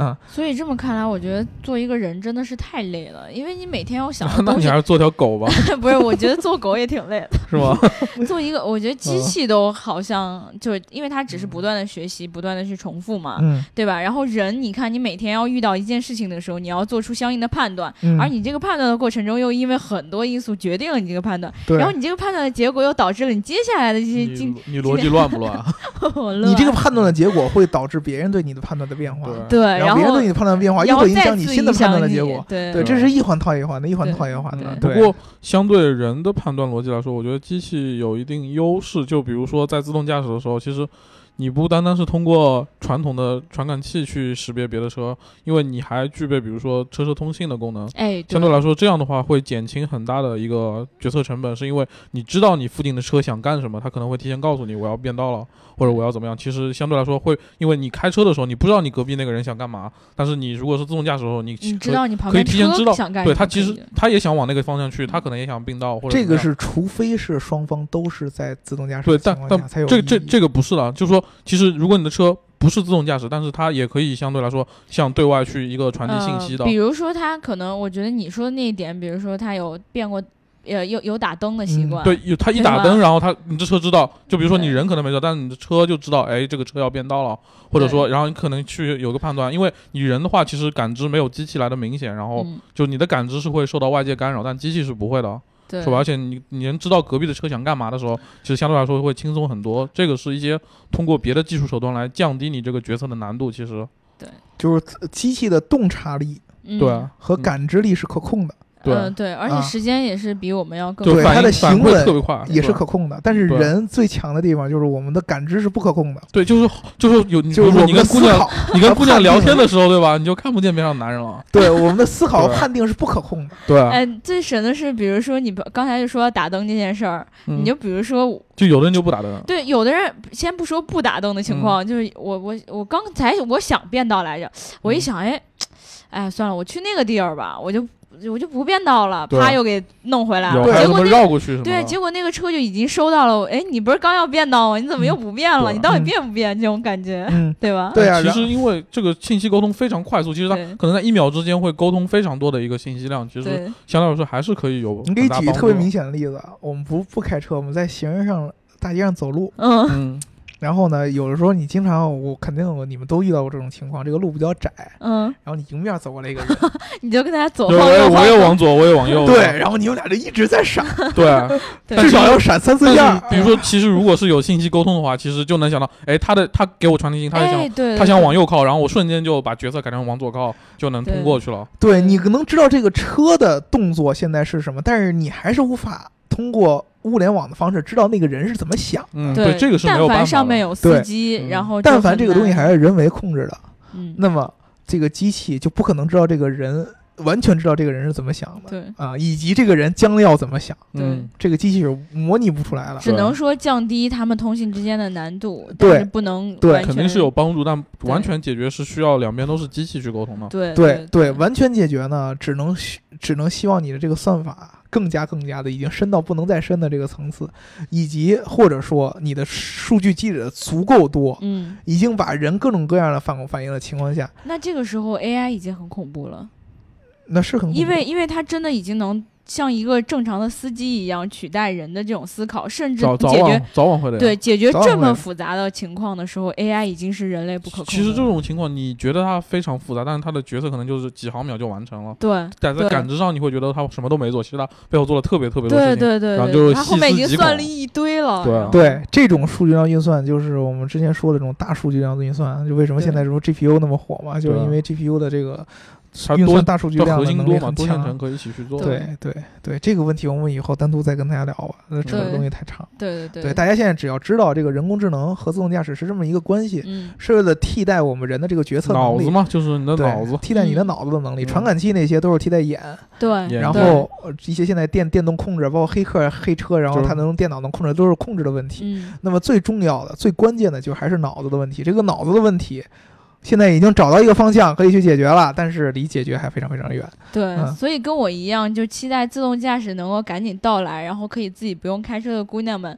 Speaker 2: 嗯，
Speaker 1: 所以这么看来，我觉得做一个人真的是太累了，因为你每天要
Speaker 2: [laughs]
Speaker 1: 想的
Speaker 3: 嗯 [laughs] 那
Speaker 1: 东
Speaker 3: 你
Speaker 1: 西
Speaker 3: 还，是做条狗吧， [laughs]
Speaker 1: [laughs] 不是？我觉得做狗也挺累
Speaker 2: [laughs]
Speaker 1: 的，
Speaker 3: 是吗？
Speaker 1: 做一个，我觉得
Speaker 2: 嗯
Speaker 1: 机器都好像就，因为它只是不断的学习，不断的去重复嘛，
Speaker 2: 嗯
Speaker 1: 对吧？然后人，你看你每天要遇到一件事情的时候，你要做出相应的判断，
Speaker 2: 嗯，
Speaker 1: 而你这个判断的过程中，又因为很多因素决定了你这个判断，
Speaker 2: 对
Speaker 1: 然后你这个判断的结果又导致了你接下来的这些经，
Speaker 3: 你你逻辑乱不乱？
Speaker 1: [laughs] 我
Speaker 2: 你这个
Speaker 1: 乱
Speaker 2: 判断的结果会导致别人对你的判断的变化，
Speaker 3: [laughs] 对
Speaker 1: 对，
Speaker 2: 然后别人对你的判断的变化
Speaker 1: 然
Speaker 2: 又
Speaker 1: 后
Speaker 2: 会影
Speaker 1: 再
Speaker 2: 响你
Speaker 1: 次
Speaker 2: 新的
Speaker 1: 影
Speaker 2: 判
Speaker 1: 响
Speaker 2: 断的结
Speaker 1: 你
Speaker 2: 果。
Speaker 1: 对
Speaker 2: 对，
Speaker 3: 对
Speaker 2: 这是一环套一环的，一环
Speaker 1: 对
Speaker 2: 套一环的。
Speaker 1: 嗯
Speaker 3: 不
Speaker 2: 对，
Speaker 3: 过，相对人的判断逻辑来说，我觉得机器有一定优势。就比如说，在自动驾驶的时候，其实你不单单是通过传统的传感器去识别别的车，因为你还具备比如说车车通信的功能。
Speaker 1: 哎，
Speaker 3: 相对来说，这样的话会减轻很大的一个决策成本，是因为你知道你附近的车想干什么，它可能会提前告诉你我要变道了，或者我要怎么样。其实相对来说会，因为你开车的时候，你不知道你隔壁那个人想干嘛，但是你如果是自动驾驶的时候，你
Speaker 1: 你知
Speaker 3: 可以
Speaker 1: 道你旁
Speaker 3: 可以
Speaker 1: 边
Speaker 3: 提前
Speaker 1: 车
Speaker 3: 知道
Speaker 1: 想干，什
Speaker 3: 对
Speaker 1: 么，
Speaker 3: 他其
Speaker 1: 可
Speaker 3: 实
Speaker 1: 以
Speaker 3: 他也想往那个方向去，他可能也想并道或者
Speaker 2: 这
Speaker 3: 怎么
Speaker 2: 个
Speaker 3: 样
Speaker 2: 是除非是双方都是在自动驾驶
Speaker 3: 对，
Speaker 2: 的
Speaker 3: 但
Speaker 2: 情况下
Speaker 3: 但
Speaker 2: 才有
Speaker 3: 这
Speaker 2: 意
Speaker 3: 这
Speaker 2: 义
Speaker 3: 这个不是了，就是说，其实如果你的车不是自动驾驶，但是它也可以相对来说向对外去一个传递信息的
Speaker 1: 呃。比如说他可能，我觉得你说的那一点，比如说他有变过，呃，有有打灯的习
Speaker 2: 嗯
Speaker 1: 惯，
Speaker 3: 对，有它一
Speaker 1: 对
Speaker 3: 打
Speaker 1: 吧
Speaker 3: 灯，然后它你这车知道，就比如说你
Speaker 1: 对
Speaker 3: 人可能没知道，但是你的车就知道，哎，这个车要变道了，或者
Speaker 1: 对
Speaker 3: 说，然后你可能去有个判断，因为你人的话，其实感知没有机器来的明显，然后
Speaker 1: 嗯，
Speaker 3: 就你的感知是会受到外界干扰，但机器是不会的。
Speaker 1: 对，
Speaker 3: 是吧？而且你你能知道隔壁的车想干嘛的时候，其实相对来说会轻松很多。这个是一些通过别的技术手段来降低你这个决策的难度。其实，
Speaker 2: 就是机器的洞察力
Speaker 1: 嗯
Speaker 3: 对啊，
Speaker 2: 和
Speaker 3: 嗯
Speaker 2: 感知力是可控的，
Speaker 3: 对
Speaker 1: 嗯对，而且
Speaker 2: 啊
Speaker 1: 时间也是比我们要更
Speaker 3: 就
Speaker 2: 对
Speaker 3: 反
Speaker 2: 它
Speaker 3: 应
Speaker 2: 的
Speaker 3: 反
Speaker 2: 行
Speaker 3: 馈
Speaker 2: 为啊
Speaker 3: 特别快，
Speaker 2: 也是
Speaker 3: 嗯对
Speaker 2: 可控的。但是
Speaker 3: 对
Speaker 2: 人最强的地方就是我们的感知是不可控的，
Speaker 3: 对，就是就是有，你比
Speaker 2: 就
Speaker 3: 如
Speaker 2: 是
Speaker 3: 说
Speaker 2: 我
Speaker 3: 你
Speaker 2: 们
Speaker 3: 跟
Speaker 2: 的
Speaker 3: 姑
Speaker 2: 思
Speaker 3: 娘，
Speaker 2: 考，
Speaker 3: 你跟姑娘
Speaker 2: 判定
Speaker 3: 聊天的时候，对吧？你就看不见边上男人了。
Speaker 2: [laughs] 对我们的思考和
Speaker 3: 对
Speaker 2: 判定是不可
Speaker 3: [laughs]
Speaker 2: 控的。
Speaker 3: 对，
Speaker 1: 哎，最神的是，比如说你刚才就说到打灯这件事儿，
Speaker 3: 嗯
Speaker 1: 你就比如说，
Speaker 3: 就有的人就不打灯，
Speaker 1: 对有的人先不说不打灯的
Speaker 3: 嗯
Speaker 1: 情况，就是我我我刚才我想变道来着，我一
Speaker 3: 嗯
Speaker 1: 想，哎，哎算了，我去那个地儿吧，我就我就不变道了，
Speaker 3: 对
Speaker 1: 啪又给弄回来了，
Speaker 3: 有还
Speaker 1: 结
Speaker 3: 有什
Speaker 1: 果
Speaker 3: 么
Speaker 1: 那
Speaker 3: 绕过去什么
Speaker 1: 对，
Speaker 3: 的。
Speaker 1: 结果那个车就已经收到了我。哎，你不是刚要变道吗？你怎么又不变了？
Speaker 3: 对
Speaker 1: 你到底
Speaker 2: 嗯
Speaker 1: 变不变？这种感觉，
Speaker 2: 嗯，
Speaker 1: 对吧？
Speaker 2: 对啊
Speaker 3: 其
Speaker 2: 然
Speaker 3: 实因为这个信息沟通非常快速，其实它
Speaker 1: 对
Speaker 3: 可能在一秒之间会沟通非常多的一个信息量，其实
Speaker 1: 对，
Speaker 3: 相对来说还是可以有
Speaker 2: 你给
Speaker 3: 很大
Speaker 2: 举一
Speaker 3: 帮
Speaker 2: 特
Speaker 3: 助
Speaker 2: 别
Speaker 3: 的。
Speaker 2: 明显的例子，我们不不开车，我们在行人上大街上走路，
Speaker 1: 嗯，
Speaker 3: 嗯，
Speaker 2: 然后呢，有的时候你经常我肯定你们都遇到过这种情况，这个路比较窄，
Speaker 1: 嗯，
Speaker 2: 然后你迎面走过来一个人，
Speaker 1: 你就跟他左
Speaker 3: 对，
Speaker 1: 晃
Speaker 3: 我也
Speaker 1: 右
Speaker 3: 我也
Speaker 1: 晃，
Speaker 3: 往左，我也往右。
Speaker 2: 对，然后你们俩就一直在闪， [laughs]
Speaker 3: 对，啊
Speaker 1: 对
Speaker 2: 至少要闪三四
Speaker 3: 但
Speaker 2: 下
Speaker 3: 是。比如说，其实如果是有信息沟通的话，其实就能想到，哎，他的他给我传递信息，他也
Speaker 1: 哎，
Speaker 3: 想
Speaker 1: 对，
Speaker 3: 他想
Speaker 1: 对
Speaker 3: 往右靠，然后我瞬间就把角色改成往左靠，就能通过去了。
Speaker 2: 对你可能知道这个车的动作现在是什么，但是你还是无法通过物联网的方式知道那个人是怎么想。
Speaker 3: 嗯，
Speaker 1: 对，
Speaker 3: 这个是没有
Speaker 1: 但
Speaker 3: 办
Speaker 1: 凡
Speaker 3: 法
Speaker 1: 上面
Speaker 3: 的。
Speaker 1: 有司
Speaker 2: 对
Speaker 1: 机，
Speaker 3: 嗯
Speaker 1: 然后
Speaker 2: 但凡这个东西还
Speaker 1: 是
Speaker 2: 是人为控制的，
Speaker 1: 嗯，
Speaker 2: 那么这个机器就不可能知道这个人完全知道这个人是怎么想的
Speaker 1: 对，
Speaker 2: 啊，以及这个人将要怎么想，
Speaker 1: 对
Speaker 3: 嗯，
Speaker 2: 这个机器是模拟不出
Speaker 3: 啊
Speaker 2: 来了。
Speaker 1: 只能说降低他们通信之间的难度，
Speaker 2: 对
Speaker 1: 但是不能
Speaker 2: 对
Speaker 1: 完全
Speaker 3: 肯定是有帮助，但完全解决是需要两边都是机器去沟通的。
Speaker 1: 对
Speaker 2: 对
Speaker 1: 对，
Speaker 2: 完全解决呢，只能希只能希望你的这个算法更加更加的已经深到不能再深的这个层次，以及或者说你的数据积累得足够多，
Speaker 1: 嗯，
Speaker 2: 已经把人各种各样的反反应的情况下，
Speaker 1: 那这个时候 AI 已经很恐怖了，
Speaker 2: 那是很
Speaker 3: 嗯
Speaker 2: 恐怖
Speaker 1: 因为因为它真的已经能像一个正常的司机一样取代人的这种思考，甚至
Speaker 3: 早早
Speaker 1: 解决
Speaker 3: 晚早晚会的呀。
Speaker 1: 对解决
Speaker 2: 早晚
Speaker 1: 这
Speaker 2: 会
Speaker 1: 么
Speaker 2: 的
Speaker 1: 复杂的情况的时候，AI 已经是人类不可控的了。
Speaker 3: 其实这种情况，你觉得它非常复杂，但是它的决策可能就是几毫秒就完成了。
Speaker 1: 对
Speaker 3: 但在
Speaker 1: 对
Speaker 3: 感知上，你会觉得它什么都没做，其实它背后做了特别特别多
Speaker 1: 对
Speaker 3: 事情。
Speaker 1: 对对
Speaker 3: 然
Speaker 1: 对，
Speaker 3: 后就
Speaker 1: 它
Speaker 3: 细
Speaker 1: 后面已
Speaker 3: 思
Speaker 1: 经
Speaker 3: 极
Speaker 1: 算
Speaker 3: 恐
Speaker 1: 了一堆了。
Speaker 3: 对啊
Speaker 1: 然后
Speaker 2: 对这种数据量运算，就是我们之前说的这种大数据量的运算，就为什么现在说 GPU 那么火嘛，就是
Speaker 3: 对啊
Speaker 2: 因为 GPU 的这个
Speaker 3: 它
Speaker 2: 运
Speaker 3: 多
Speaker 2: 算大数据
Speaker 3: 它
Speaker 2: 量
Speaker 3: 核
Speaker 2: 的
Speaker 3: 心
Speaker 2: 能力
Speaker 3: 多嘛，
Speaker 2: 很
Speaker 3: 多线
Speaker 2: 强啊
Speaker 3: 程。可以一起去做。
Speaker 2: 对对对，这个问题我们以后单独再跟大家聊吧，那扯的
Speaker 1: 对
Speaker 2: 东西太长。
Speaker 1: 对对
Speaker 2: 对，大家现在只要知道这个人工智能和自动驾驶是这么一个关系，
Speaker 1: 嗯，
Speaker 2: 是为了替代我们人的这个决策能
Speaker 3: 脑子
Speaker 2: 力，
Speaker 3: 嘛，就是你的
Speaker 2: 对
Speaker 3: 脑子。
Speaker 2: 替代你的脑子的能力。
Speaker 3: 嗯
Speaker 2: 传感器那些都是替代眼，
Speaker 1: 对，
Speaker 3: 也
Speaker 2: 然
Speaker 1: 对
Speaker 2: 后呃一些现在电电动控制，包括黑客黑车，然后
Speaker 3: 就是
Speaker 2: 它能用电脑能控制，都是控制的问题。
Speaker 1: 嗯，
Speaker 2: 那么最重要的、最关键的就还是脑子的问题。这个脑子的问题，现在已经找到一个方向可以去解决了，但是离解决还非常非常远。
Speaker 1: 对，
Speaker 2: 嗯
Speaker 1: 所以跟我一样，就期待自动驾驶能够赶紧到来，然后可以自己不用开车的姑娘们，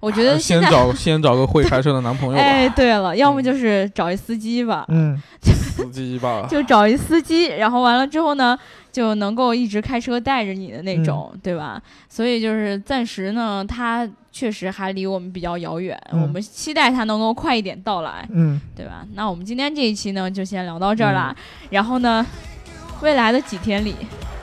Speaker 1: 我觉得现
Speaker 3: 啊先
Speaker 1: 在。
Speaker 3: 找先找个会开车的男朋友
Speaker 1: [laughs]
Speaker 3: 吧，
Speaker 1: 哎，对了，要么
Speaker 3: 嗯
Speaker 1: 就是找一司机吧，
Speaker 2: 嗯，
Speaker 3: 司机吧。
Speaker 1: 就找一司机，然后完了之后呢，就能够一直开车带着你的那种，
Speaker 3: 嗯
Speaker 1: 对吧？所以就是暂时呢，它确实还离我们比较遥远，
Speaker 2: 嗯
Speaker 1: 我们期待它能够快一点到来，
Speaker 2: 嗯，
Speaker 1: 对吧？那我们今天这一期呢，就先聊到这儿啦。
Speaker 3: 嗯
Speaker 1: 然后呢，未来的几天里，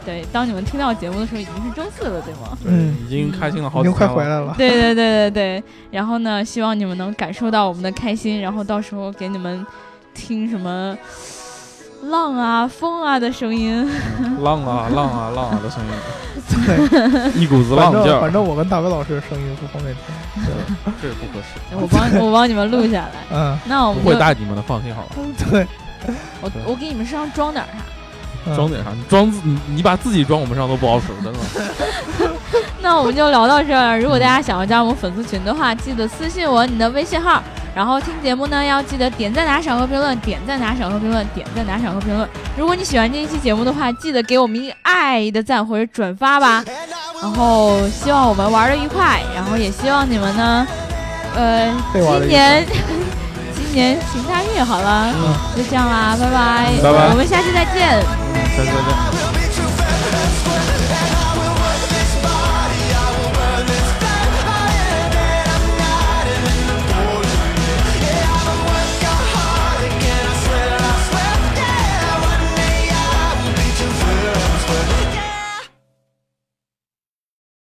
Speaker 1: 对，当你们听到节目的时候，已经是周四了，对
Speaker 3: [laughs]
Speaker 1: 吗？
Speaker 3: 对
Speaker 2: 嗯
Speaker 3: 已经开心了好
Speaker 2: 已
Speaker 3: 几
Speaker 2: 经快
Speaker 3: 天
Speaker 2: 回
Speaker 3: 了。
Speaker 2: 来了。
Speaker 1: 对对对对对，然后呢，希望你们能感受到我们的开心，然后到时候给你们听什么浪啊、风啊的声音。
Speaker 3: [laughs] 嗯浪啊浪啊浪啊的声音，
Speaker 2: [laughs] 对，
Speaker 3: 一股子
Speaker 2: 反
Speaker 3: 浪
Speaker 2: 正
Speaker 3: 劲儿
Speaker 2: 反，正我跟大伟老师声音不方便 [laughs] 听。对，
Speaker 3: 这不合适，
Speaker 1: 哎我帮我帮你们录下来。
Speaker 2: 嗯，
Speaker 1: 那我
Speaker 3: 不
Speaker 1: 们
Speaker 3: 会
Speaker 1: 就
Speaker 3: 带你们的，放心好了。
Speaker 2: 对，
Speaker 1: 我我给你们身上装点儿啥？
Speaker 2: 嗯
Speaker 3: 装点啥？你装自你你把自己装我们身上都不好使，真的。
Speaker 1: [laughs] 那我们就聊到这儿。如果大家想要加我们粉丝群的话，记得私信我你的微信号。然后听节目呢，要记得点赞、打赏和评论，点赞、打赏和评论，点赞、打赏和评论。如果你喜欢这一期节目的话，记得给我们一个爱的赞或者转发吧。然后希望我们玩的愉快，然后也希望你们呢，呃，
Speaker 2: 被玩得
Speaker 1: 今
Speaker 2: 愉快嗯
Speaker 1: 年 [laughs] 今年行大运好了，就这样啦，拜拜，
Speaker 3: 拜拜
Speaker 1: 我们下期再见。
Speaker 3: 嗯，下次再见。